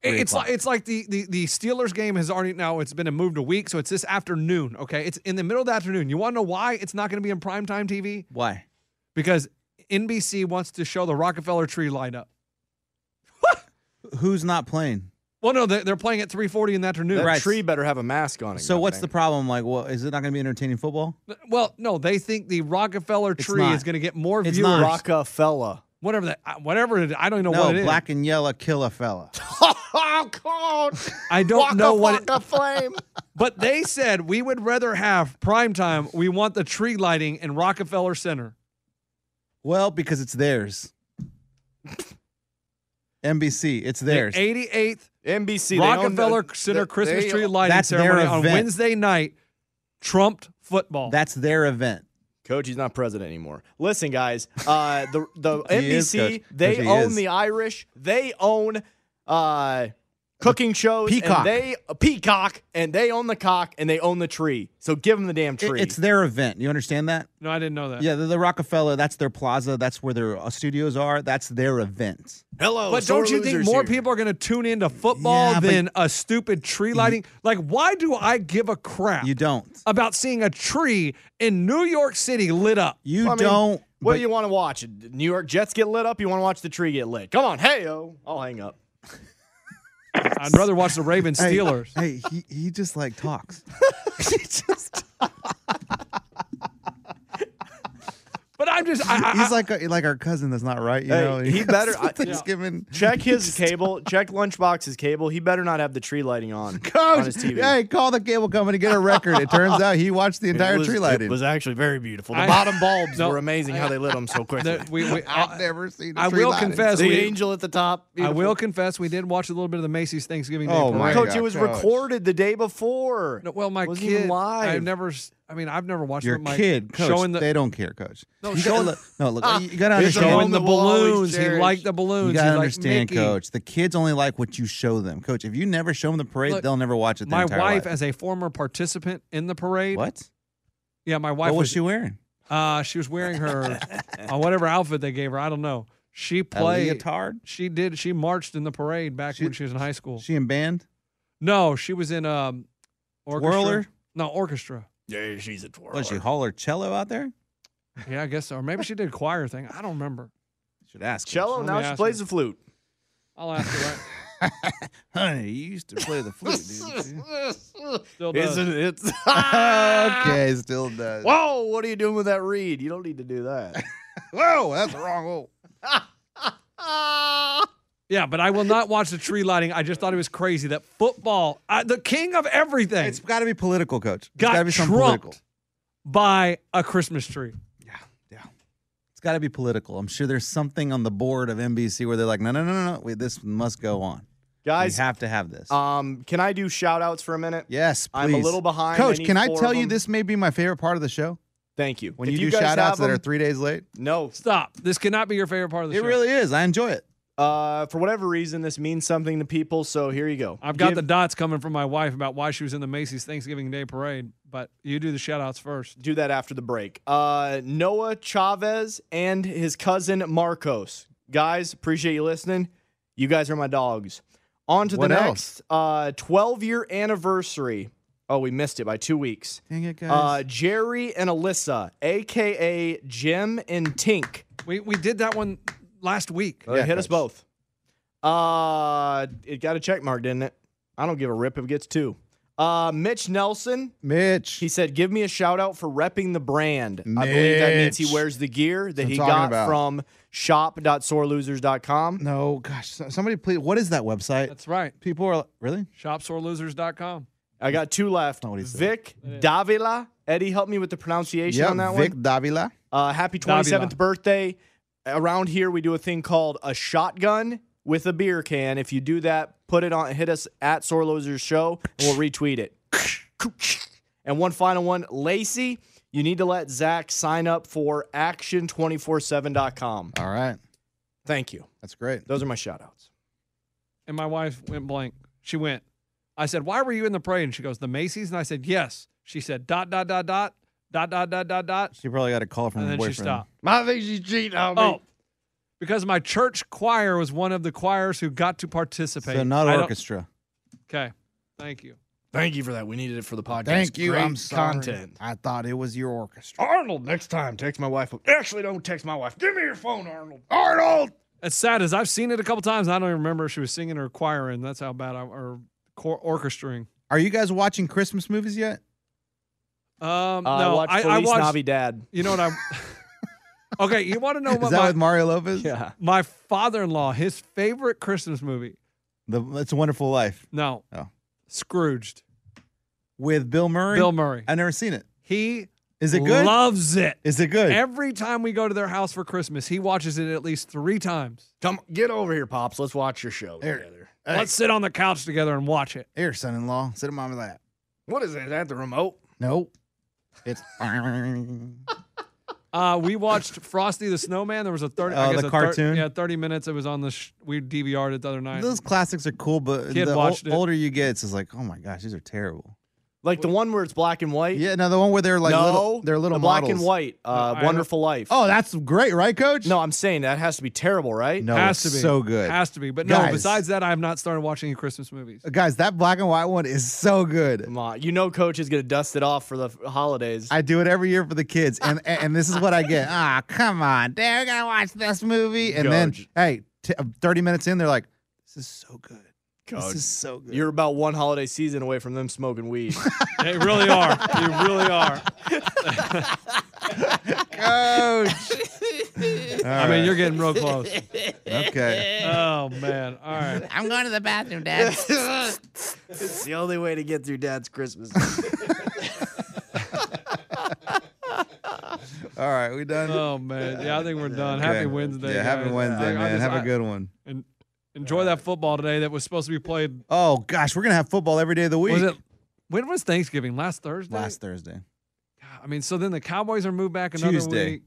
Speaker 4: Three
Speaker 2: It's
Speaker 4: o'clock.
Speaker 2: like it's like the, the the Steelers game has already now it's been a moved a week, so it's this afternoon. Okay, it's in the middle of the afternoon. You want to know why it's not going to be in primetime TV?
Speaker 4: Why?
Speaker 2: Because NBC wants to show the Rockefeller Tree light up.
Speaker 4: Who's not playing?
Speaker 2: Well, no, they- they're playing at three forty in the afternoon.
Speaker 3: That
Speaker 4: Right.
Speaker 3: tree better have a mask on it.
Speaker 4: So
Speaker 3: I
Speaker 4: what's the
Speaker 3: think.
Speaker 4: problem? Like, well, is it not going to be entertaining football?
Speaker 2: Well, no, they think the Rockefeller
Speaker 4: It's
Speaker 2: Tree
Speaker 4: not.
Speaker 2: is going to get more
Speaker 4: It's
Speaker 2: viewers.
Speaker 4: not. problem?
Speaker 3: Rockafella.
Speaker 2: Whatever that, uh, whatever it, I don't even know
Speaker 4: no,
Speaker 2: what it is.
Speaker 4: black and yellow kill a fella.
Speaker 3: Oh, God.
Speaker 2: I don't know what. It,
Speaker 3: flame.
Speaker 2: (laughs) but they said we would rather have primetime. We want the tree lighting in Rockefeller Center.
Speaker 4: Well, because it's theirs. NBC. It's
Speaker 2: The
Speaker 4: theirs.
Speaker 2: 88th
Speaker 3: NBC they own the-
Speaker 2: Rockefeller Center
Speaker 3: they-
Speaker 2: Christmas
Speaker 3: they-
Speaker 2: tree lighting
Speaker 4: That's their
Speaker 2: ceremony on
Speaker 4: event.
Speaker 2: Wednesday night trumped football.
Speaker 4: That's their event.
Speaker 3: Coach, he's not president anymore. Listen, guys, uh, the the
Speaker 4: (laughs) He is,
Speaker 3: NBC
Speaker 4: Coach.
Speaker 3: they
Speaker 4: Coach, he
Speaker 3: own
Speaker 4: is.
Speaker 3: the Irish. They own uh, cooking shows. and
Speaker 4: Peacock.
Speaker 3: they uh, peacock, and they own the cock, and they own the tree. So give them the damn
Speaker 4: It-
Speaker 3: tree.
Speaker 4: it's their event. You understand that?
Speaker 2: no, I didn't know that.
Speaker 4: Yeah, the, the Rockefeller. That's their plaza. That's where their uh, studios are. That's their event.
Speaker 3: hello.
Speaker 2: But
Speaker 3: sore
Speaker 2: don't you think
Speaker 3: losers
Speaker 2: more
Speaker 3: here.
Speaker 2: people are going to tune into football
Speaker 4: Yeah, but- Mhm.
Speaker 2: than a stupid tree lighting? Like, why do I give a crap
Speaker 4: You don't.
Speaker 3: Uh,
Speaker 2: about seeing a tree in New York City lit up?
Speaker 4: You
Speaker 3: I mean,
Speaker 4: don't.
Speaker 3: What
Speaker 4: but-
Speaker 3: do you want to watch? New York Jets get lit up. You want to watch the tree get lit? Come on, hey oh, I'll hang up.
Speaker 2: I'd rather watch the Ravens
Speaker 4: (laughs) Hey,
Speaker 2: Steelers.
Speaker 4: Hey, he, he just like
Speaker 3: (laughs)
Speaker 4: talks.
Speaker 2: But I'm just, I, I,
Speaker 4: He's like a, like our cousin that's not right. You
Speaker 3: Hey,
Speaker 4: know,
Speaker 3: he
Speaker 4: (laughs)
Speaker 3: better- I-
Speaker 4: Thanksgiving.
Speaker 2: (laughs)
Speaker 3: Check his cable. Check Lunchbox's cable. He better not have the tree
Speaker 2: (laughs)
Speaker 3: lighting on on
Speaker 4: (laughs) Coach,
Speaker 3: his TV.
Speaker 4: hey, call the cable company, get a record. It turns out he watched the entire
Speaker 3: it was,
Speaker 4: tree lighting.
Speaker 3: It was actually very beautiful. The
Speaker 2: I-
Speaker 3: bottom bulbs
Speaker 2: No,
Speaker 3: were amazing how they lit them so
Speaker 2: (laughs)
Speaker 3: quickly.
Speaker 2: the- we, we,
Speaker 4: I've
Speaker 2: I,
Speaker 4: never seen. A
Speaker 2: I
Speaker 4: tree
Speaker 2: will
Speaker 4: lighting.
Speaker 2: confess,
Speaker 3: the
Speaker 2: we,
Speaker 3: angel at the top.
Speaker 2: I will confess, we did watch a little bit of the Macy's Thanksgiving Day
Speaker 4: Oh,
Speaker 2: Parade.
Speaker 4: my
Speaker 3: Coach,
Speaker 4: God,
Speaker 3: it was
Speaker 4: Coach.
Speaker 3: recorded the day before.
Speaker 2: No, well, my
Speaker 3: Wasn't
Speaker 2: kid,
Speaker 3: even live.
Speaker 2: I've never, s- I mean, I've never watched
Speaker 4: Your
Speaker 2: my
Speaker 4: kid, coach,
Speaker 2: showing the
Speaker 4: they don't care, coach.
Speaker 2: No,
Speaker 4: you
Speaker 2: showing-
Speaker 4: gotta, look- no, look,
Speaker 3: Ah.
Speaker 4: you gotta
Speaker 3: it's a
Speaker 4: understand.
Speaker 2: (laughs)
Speaker 3: moment
Speaker 2: showing the
Speaker 3: that we'll always
Speaker 2: balloons. He
Speaker 3: cherish.
Speaker 2: liked the balloons.
Speaker 4: You gotta
Speaker 2: He liked
Speaker 4: understand,
Speaker 2: Mickey.
Speaker 4: coach. The kids only like what you show them, coach. If you never show them the parade,
Speaker 2: Look,
Speaker 4: they'll never watch it. Their
Speaker 2: My
Speaker 4: entire
Speaker 2: wife,
Speaker 4: life.
Speaker 2: as a former participant in the parade,
Speaker 4: what?
Speaker 2: Yeah, my wife
Speaker 4: What was
Speaker 2: was
Speaker 4: she wearing?
Speaker 2: Uh, she was wearing
Speaker 4: (laughs)
Speaker 2: her uh, whatever outfit they gave her. I don't know. She
Speaker 4: A
Speaker 2: played.
Speaker 4: leotard?
Speaker 2: She did. She marched in the parade back
Speaker 4: She-
Speaker 2: when she was in high school.
Speaker 4: She in band?
Speaker 2: no, she was in um, orchestra.
Speaker 4: Twirler?
Speaker 2: No, orchestra.
Speaker 3: (laughs) Yeah, she's a twirler.
Speaker 4: Was she holler cello out there?
Speaker 2: Yeah, I guess so. Or maybe she did choir thing. I don't remember.
Speaker 4: Should ask. her.
Speaker 3: Cello.
Speaker 2: Let
Speaker 3: Now
Speaker 2: me
Speaker 3: she
Speaker 2: ask
Speaker 3: plays
Speaker 2: her.
Speaker 3: the flute.
Speaker 2: (laughs) I'll ask her.
Speaker 4: (laughs)
Speaker 2: Right?
Speaker 4: Honey, you used to play the flute, dude.
Speaker 2: Still does. (laughs)
Speaker 3: Isn't it?
Speaker 4: okay, still does.
Speaker 3: Whoa! What are you doing with that reed? You don't need to do (laughs) that.
Speaker 4: Whoa, that's the wrong hole.
Speaker 2: Yeah, but I will not watch the tree lighting. I just thought it was crazy that football, I, the king of everything,
Speaker 4: It's got to be political, coach. It's
Speaker 2: got
Speaker 4: gotta be something
Speaker 2: trumped
Speaker 4: political.
Speaker 2: by a Christmas tree.
Speaker 4: It's got to be political. I'm sure there's something on the board of NBC where they're like, no, no, no, no, no. Wait, this must go on.
Speaker 3: Guys,
Speaker 4: we have to have this.
Speaker 3: um, can I do shout outs for a minute?
Speaker 4: yes, please.
Speaker 3: I'm a little behind. I
Speaker 4: Coach,
Speaker 3: need
Speaker 4: can I
Speaker 3: four of
Speaker 4: tell you
Speaker 3: them.
Speaker 4: this may be my favorite part of the show?
Speaker 3: Thank you.
Speaker 4: When
Speaker 3: If
Speaker 4: you, do
Speaker 3: guys
Speaker 4: shout outs
Speaker 3: have
Speaker 4: that are
Speaker 3: them-
Speaker 4: three days late,
Speaker 3: No,
Speaker 2: Stop. This cannot be your favorite part of the
Speaker 4: it
Speaker 2: show.
Speaker 4: really is. I enjoy it.
Speaker 3: Uh, for whatever reason, this means something to people. So here you go.
Speaker 2: I've got
Speaker 3: Give-
Speaker 2: the dots coming from my wife about why she was in the Macy's Thanksgiving Day Parade, but you do the shout outs first.
Speaker 3: do that after the break. Uh, Noah Chavez and his cousin Marcos. Guys, appreciate you listening. You guys are my dogs. On to
Speaker 4: What
Speaker 3: the
Speaker 4: else?
Speaker 3: next uh 12 year anniversary. Oh, we missed it by two weeks.
Speaker 4: Dang it, guys.
Speaker 3: Uh, Jerry and Alyssa, aka Jim and Tink.
Speaker 2: We, we did that one last week.
Speaker 4: Oh,
Speaker 3: They Oh, hit us both. Uh, it got a check mark, didn't it? I don't give a rip if it gets two. Uh, Mitch Nelson,
Speaker 4: Mitch.
Speaker 3: he said, "Give me a shout out for repping the brand." I believe that means
Speaker 4: Mitch.
Speaker 3: he wears the gear that
Speaker 4: That's
Speaker 3: he
Speaker 4: what I'm talking
Speaker 3: got
Speaker 4: about.
Speaker 3: from shop.sorelosers.com.
Speaker 4: no, gosh. so- Somebody, please. What is that website?
Speaker 2: That's right.
Speaker 4: People are like, really?
Speaker 2: ShopSoreLosers.com.
Speaker 3: I got two left.
Speaker 4: not what he said.
Speaker 3: Vic Davila. Eddie, help me with the pronunciation on that
Speaker 4: Vic
Speaker 3: one.
Speaker 4: Davila.
Speaker 3: Uh, happy
Speaker 2: Davila.
Speaker 3: 27th birthday. Around here, we do a thing called a shotgun with a beer can. If you do that, put it on, hit us at Sorlosers Show, and we'll retweet it. And one final one, Lacey, you need to let Zach sign up for action247.com.
Speaker 4: All right.
Speaker 3: Thank you.
Speaker 4: That's great.
Speaker 3: Those are my shout outs.
Speaker 2: And my wife went blank. She went, I said, Why were you in the parade? And she goes, The Macy's? And I said, Yes. She said, dot, dot, dot, dot, dot, dot, dot, dot, dot.
Speaker 4: She probably got a call from
Speaker 2: And
Speaker 4: her
Speaker 2: then she
Speaker 4: boyfriend.
Speaker 2: stopped.
Speaker 3: My think she's cheating on
Speaker 2: Oh, because my church choir was one of the choirs who got to participate.
Speaker 4: So not
Speaker 2: I don't-
Speaker 4: orchestra.
Speaker 2: Okay. Thank you.
Speaker 3: Thank you for that. We needed it for the podcast.
Speaker 4: I thought it was your orchestra.
Speaker 3: Arnold, next time, text my wife. Actually, don't text my wife. Give me your phone, Arnold.
Speaker 4: Arnold.
Speaker 2: As sad as I've seen it a couple times, and I don't even remember if she was singing or choiring. That's how bad I or cor- orchestrating.
Speaker 4: Are you guys watching Christmas movies yet?
Speaker 2: Um,
Speaker 3: Uh,
Speaker 2: no,
Speaker 3: I watched
Speaker 2: I, I
Speaker 3: Feliz
Speaker 2: watched.
Speaker 3: Navidad.
Speaker 2: You know what
Speaker 3: (laughs)
Speaker 2: I? (laughs) okay, you want to know
Speaker 4: Is
Speaker 2: what
Speaker 4: that
Speaker 2: my,
Speaker 4: with Mario Lopez?
Speaker 3: Oh, Yeah.
Speaker 2: my father-in-law his favorite Christmas movie?
Speaker 4: The It's a Wonderful Life
Speaker 2: No,
Speaker 4: Oh.
Speaker 2: Scrooged.
Speaker 4: with Bill Murray.
Speaker 2: Bill Murray.
Speaker 4: I've never seen it.
Speaker 2: He
Speaker 4: Is it good?
Speaker 2: Loves it.
Speaker 4: Is it good?
Speaker 2: Every time we go to their house for Christmas, he watches it at least three times.
Speaker 3: Come get over here, pops. Let's watch your show together.
Speaker 4: Hey,
Speaker 2: Let's sit on the couch together and watch it.
Speaker 4: here, son-in-law, sit on my lap.
Speaker 3: What is it? Is that the remote?
Speaker 4: Nope.
Speaker 3: (laughs)
Speaker 4: It's (laughs)
Speaker 2: Uh, we watched Frosty the Snowman. There was a thirty.
Speaker 4: Oh,
Speaker 2: I guess
Speaker 4: the
Speaker 2: a thir-
Speaker 4: cartoon?
Speaker 2: yeah, thirty minutes. It was on the. Sh- we DVR'd it the other night.
Speaker 4: those classics are cool, but
Speaker 2: Kid
Speaker 4: the ol-
Speaker 2: watched it.
Speaker 4: older you get, it's just like, oh my gosh, these are terrible.
Speaker 3: Like the one where it's black and white?
Speaker 4: Yeah, no, the one where they're like
Speaker 3: no,
Speaker 4: little, they're little
Speaker 3: the black
Speaker 4: models.
Speaker 3: and white. Uh,
Speaker 2: I-
Speaker 3: Wonderful Life.
Speaker 4: Oh, that's great, right, Coach?
Speaker 3: no, I'm saying that has to be terrible, right?
Speaker 4: no,
Speaker 2: has
Speaker 4: it's
Speaker 2: to be
Speaker 4: so good.
Speaker 2: Has to be. But no.
Speaker 4: Guys.
Speaker 2: Besides that, I have not started watching any Christmas
Speaker 4: (laughs)
Speaker 2: movies.
Speaker 4: Guys, that black and white one is so good.
Speaker 3: Come on, you know, Coach is gonna dust it off for the f- holidays.
Speaker 4: I do it every year for the kids, and and, and this is what I
Speaker 3: (laughs)
Speaker 4: get. Ah, come on, Dad, we're gonna watch this movie, and
Speaker 3: Garbage.
Speaker 4: then hey, t- uh, thirty minutes in, they're like, this is so good. This is so good.
Speaker 3: You're about one holiday season away from them
Speaker 4: (laughs)
Speaker 3: smoking weed.
Speaker 2: they really are. You really are.
Speaker 3: (laughs)
Speaker 4: coach.
Speaker 2: I mean, you're getting real
Speaker 4: (laughs)
Speaker 2: close.
Speaker 4: okay.
Speaker 2: Oh man. All right.
Speaker 4: (laughs) I'm going to the bathroom, Dad.
Speaker 3: it's the only way to get through Dad's Christmas.
Speaker 4: All right, we done.
Speaker 2: Oh man. Yeah, I think we're done. Happy
Speaker 4: Okay.
Speaker 2: Wednesday.
Speaker 4: Yeah, happy
Speaker 2: guys.
Speaker 4: Wednesday,
Speaker 2: I- I
Speaker 4: man.
Speaker 2: just-
Speaker 4: Have a
Speaker 2: I-
Speaker 4: good one.
Speaker 2: and enjoy that football today that was supposed to be played.
Speaker 4: Oh gosh, we're gonna have football every day of the week.
Speaker 2: Was it? When was Thanksgiving? Last Thursday.
Speaker 4: last Thursday?
Speaker 2: I mean, so then the Cowboys are moved back another
Speaker 4: Tuesday.
Speaker 2: week.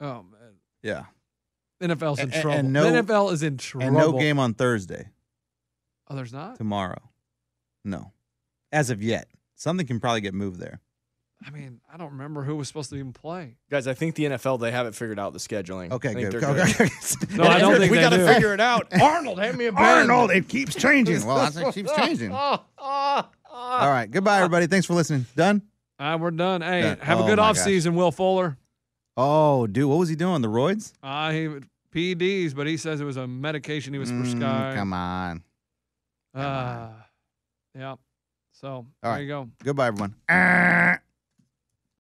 Speaker 2: Oh man.
Speaker 4: Yeah,
Speaker 2: NFL's in
Speaker 4: And- and
Speaker 2: trouble.
Speaker 4: no-
Speaker 2: the NFL is in trouble.
Speaker 4: and no game on Thursday
Speaker 2: Oh, there's not.
Speaker 4: tomorrow. No, as of yet, something can probably get moved there.
Speaker 2: I mean, I don't remember who was supposed to even play.
Speaker 3: (laughs) Guys, I think the NFL they have it figured out the scheduling. I
Speaker 4: Okay,
Speaker 3: think
Speaker 4: good.
Speaker 3: they're
Speaker 4: Okay,
Speaker 2: (laughs)
Speaker 4: okay.
Speaker 2: No, I don't think
Speaker 3: we
Speaker 2: they
Speaker 3: gotta
Speaker 2: do.
Speaker 3: figure
Speaker 2: (laughs)
Speaker 3: it out. Arnold, hand me a pen.
Speaker 4: Arnold, it keeps changing. Well, that's it keeps
Speaker 2: (laughs)
Speaker 4: changing. All right, goodbye, everybody. Thanks for listening. Done.
Speaker 2: All right, we're done. Hey,
Speaker 4: Done.
Speaker 2: have
Speaker 4: Oh,
Speaker 2: a good
Speaker 4: my
Speaker 2: off
Speaker 4: gosh.
Speaker 2: season, Will Fuller.
Speaker 4: Oh, dude, what was he doing? The roids?
Speaker 2: Uh, he PEDs, but he says it was a medication he was
Speaker 4: Mm,
Speaker 2: prescribed.
Speaker 4: come on.
Speaker 2: Uh, yeah. So there
Speaker 4: right.
Speaker 2: you go.
Speaker 4: Goodbye, everyone.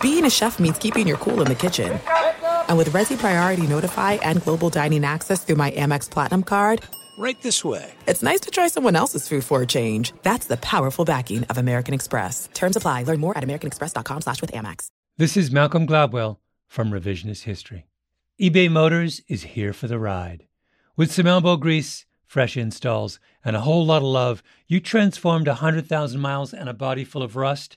Speaker 8: Being a chef means keeping your cool in the kitchen. And with Resi Priority Notify and Global Dining Access through my Amex Platinum card,
Speaker 5: Right this way.
Speaker 8: it's nice to try someone else's food for a change. That's the powerful backing of American Express. Terms apply. Learn more at americanexpress.com slash with Amex.
Speaker 9: This is Malcolm Gladwell from Revisionist History. eBay Motors is here for the ride. With some elbow grease, fresh installs, and a whole lot of love, you transformed 100,000 miles and a body full of rust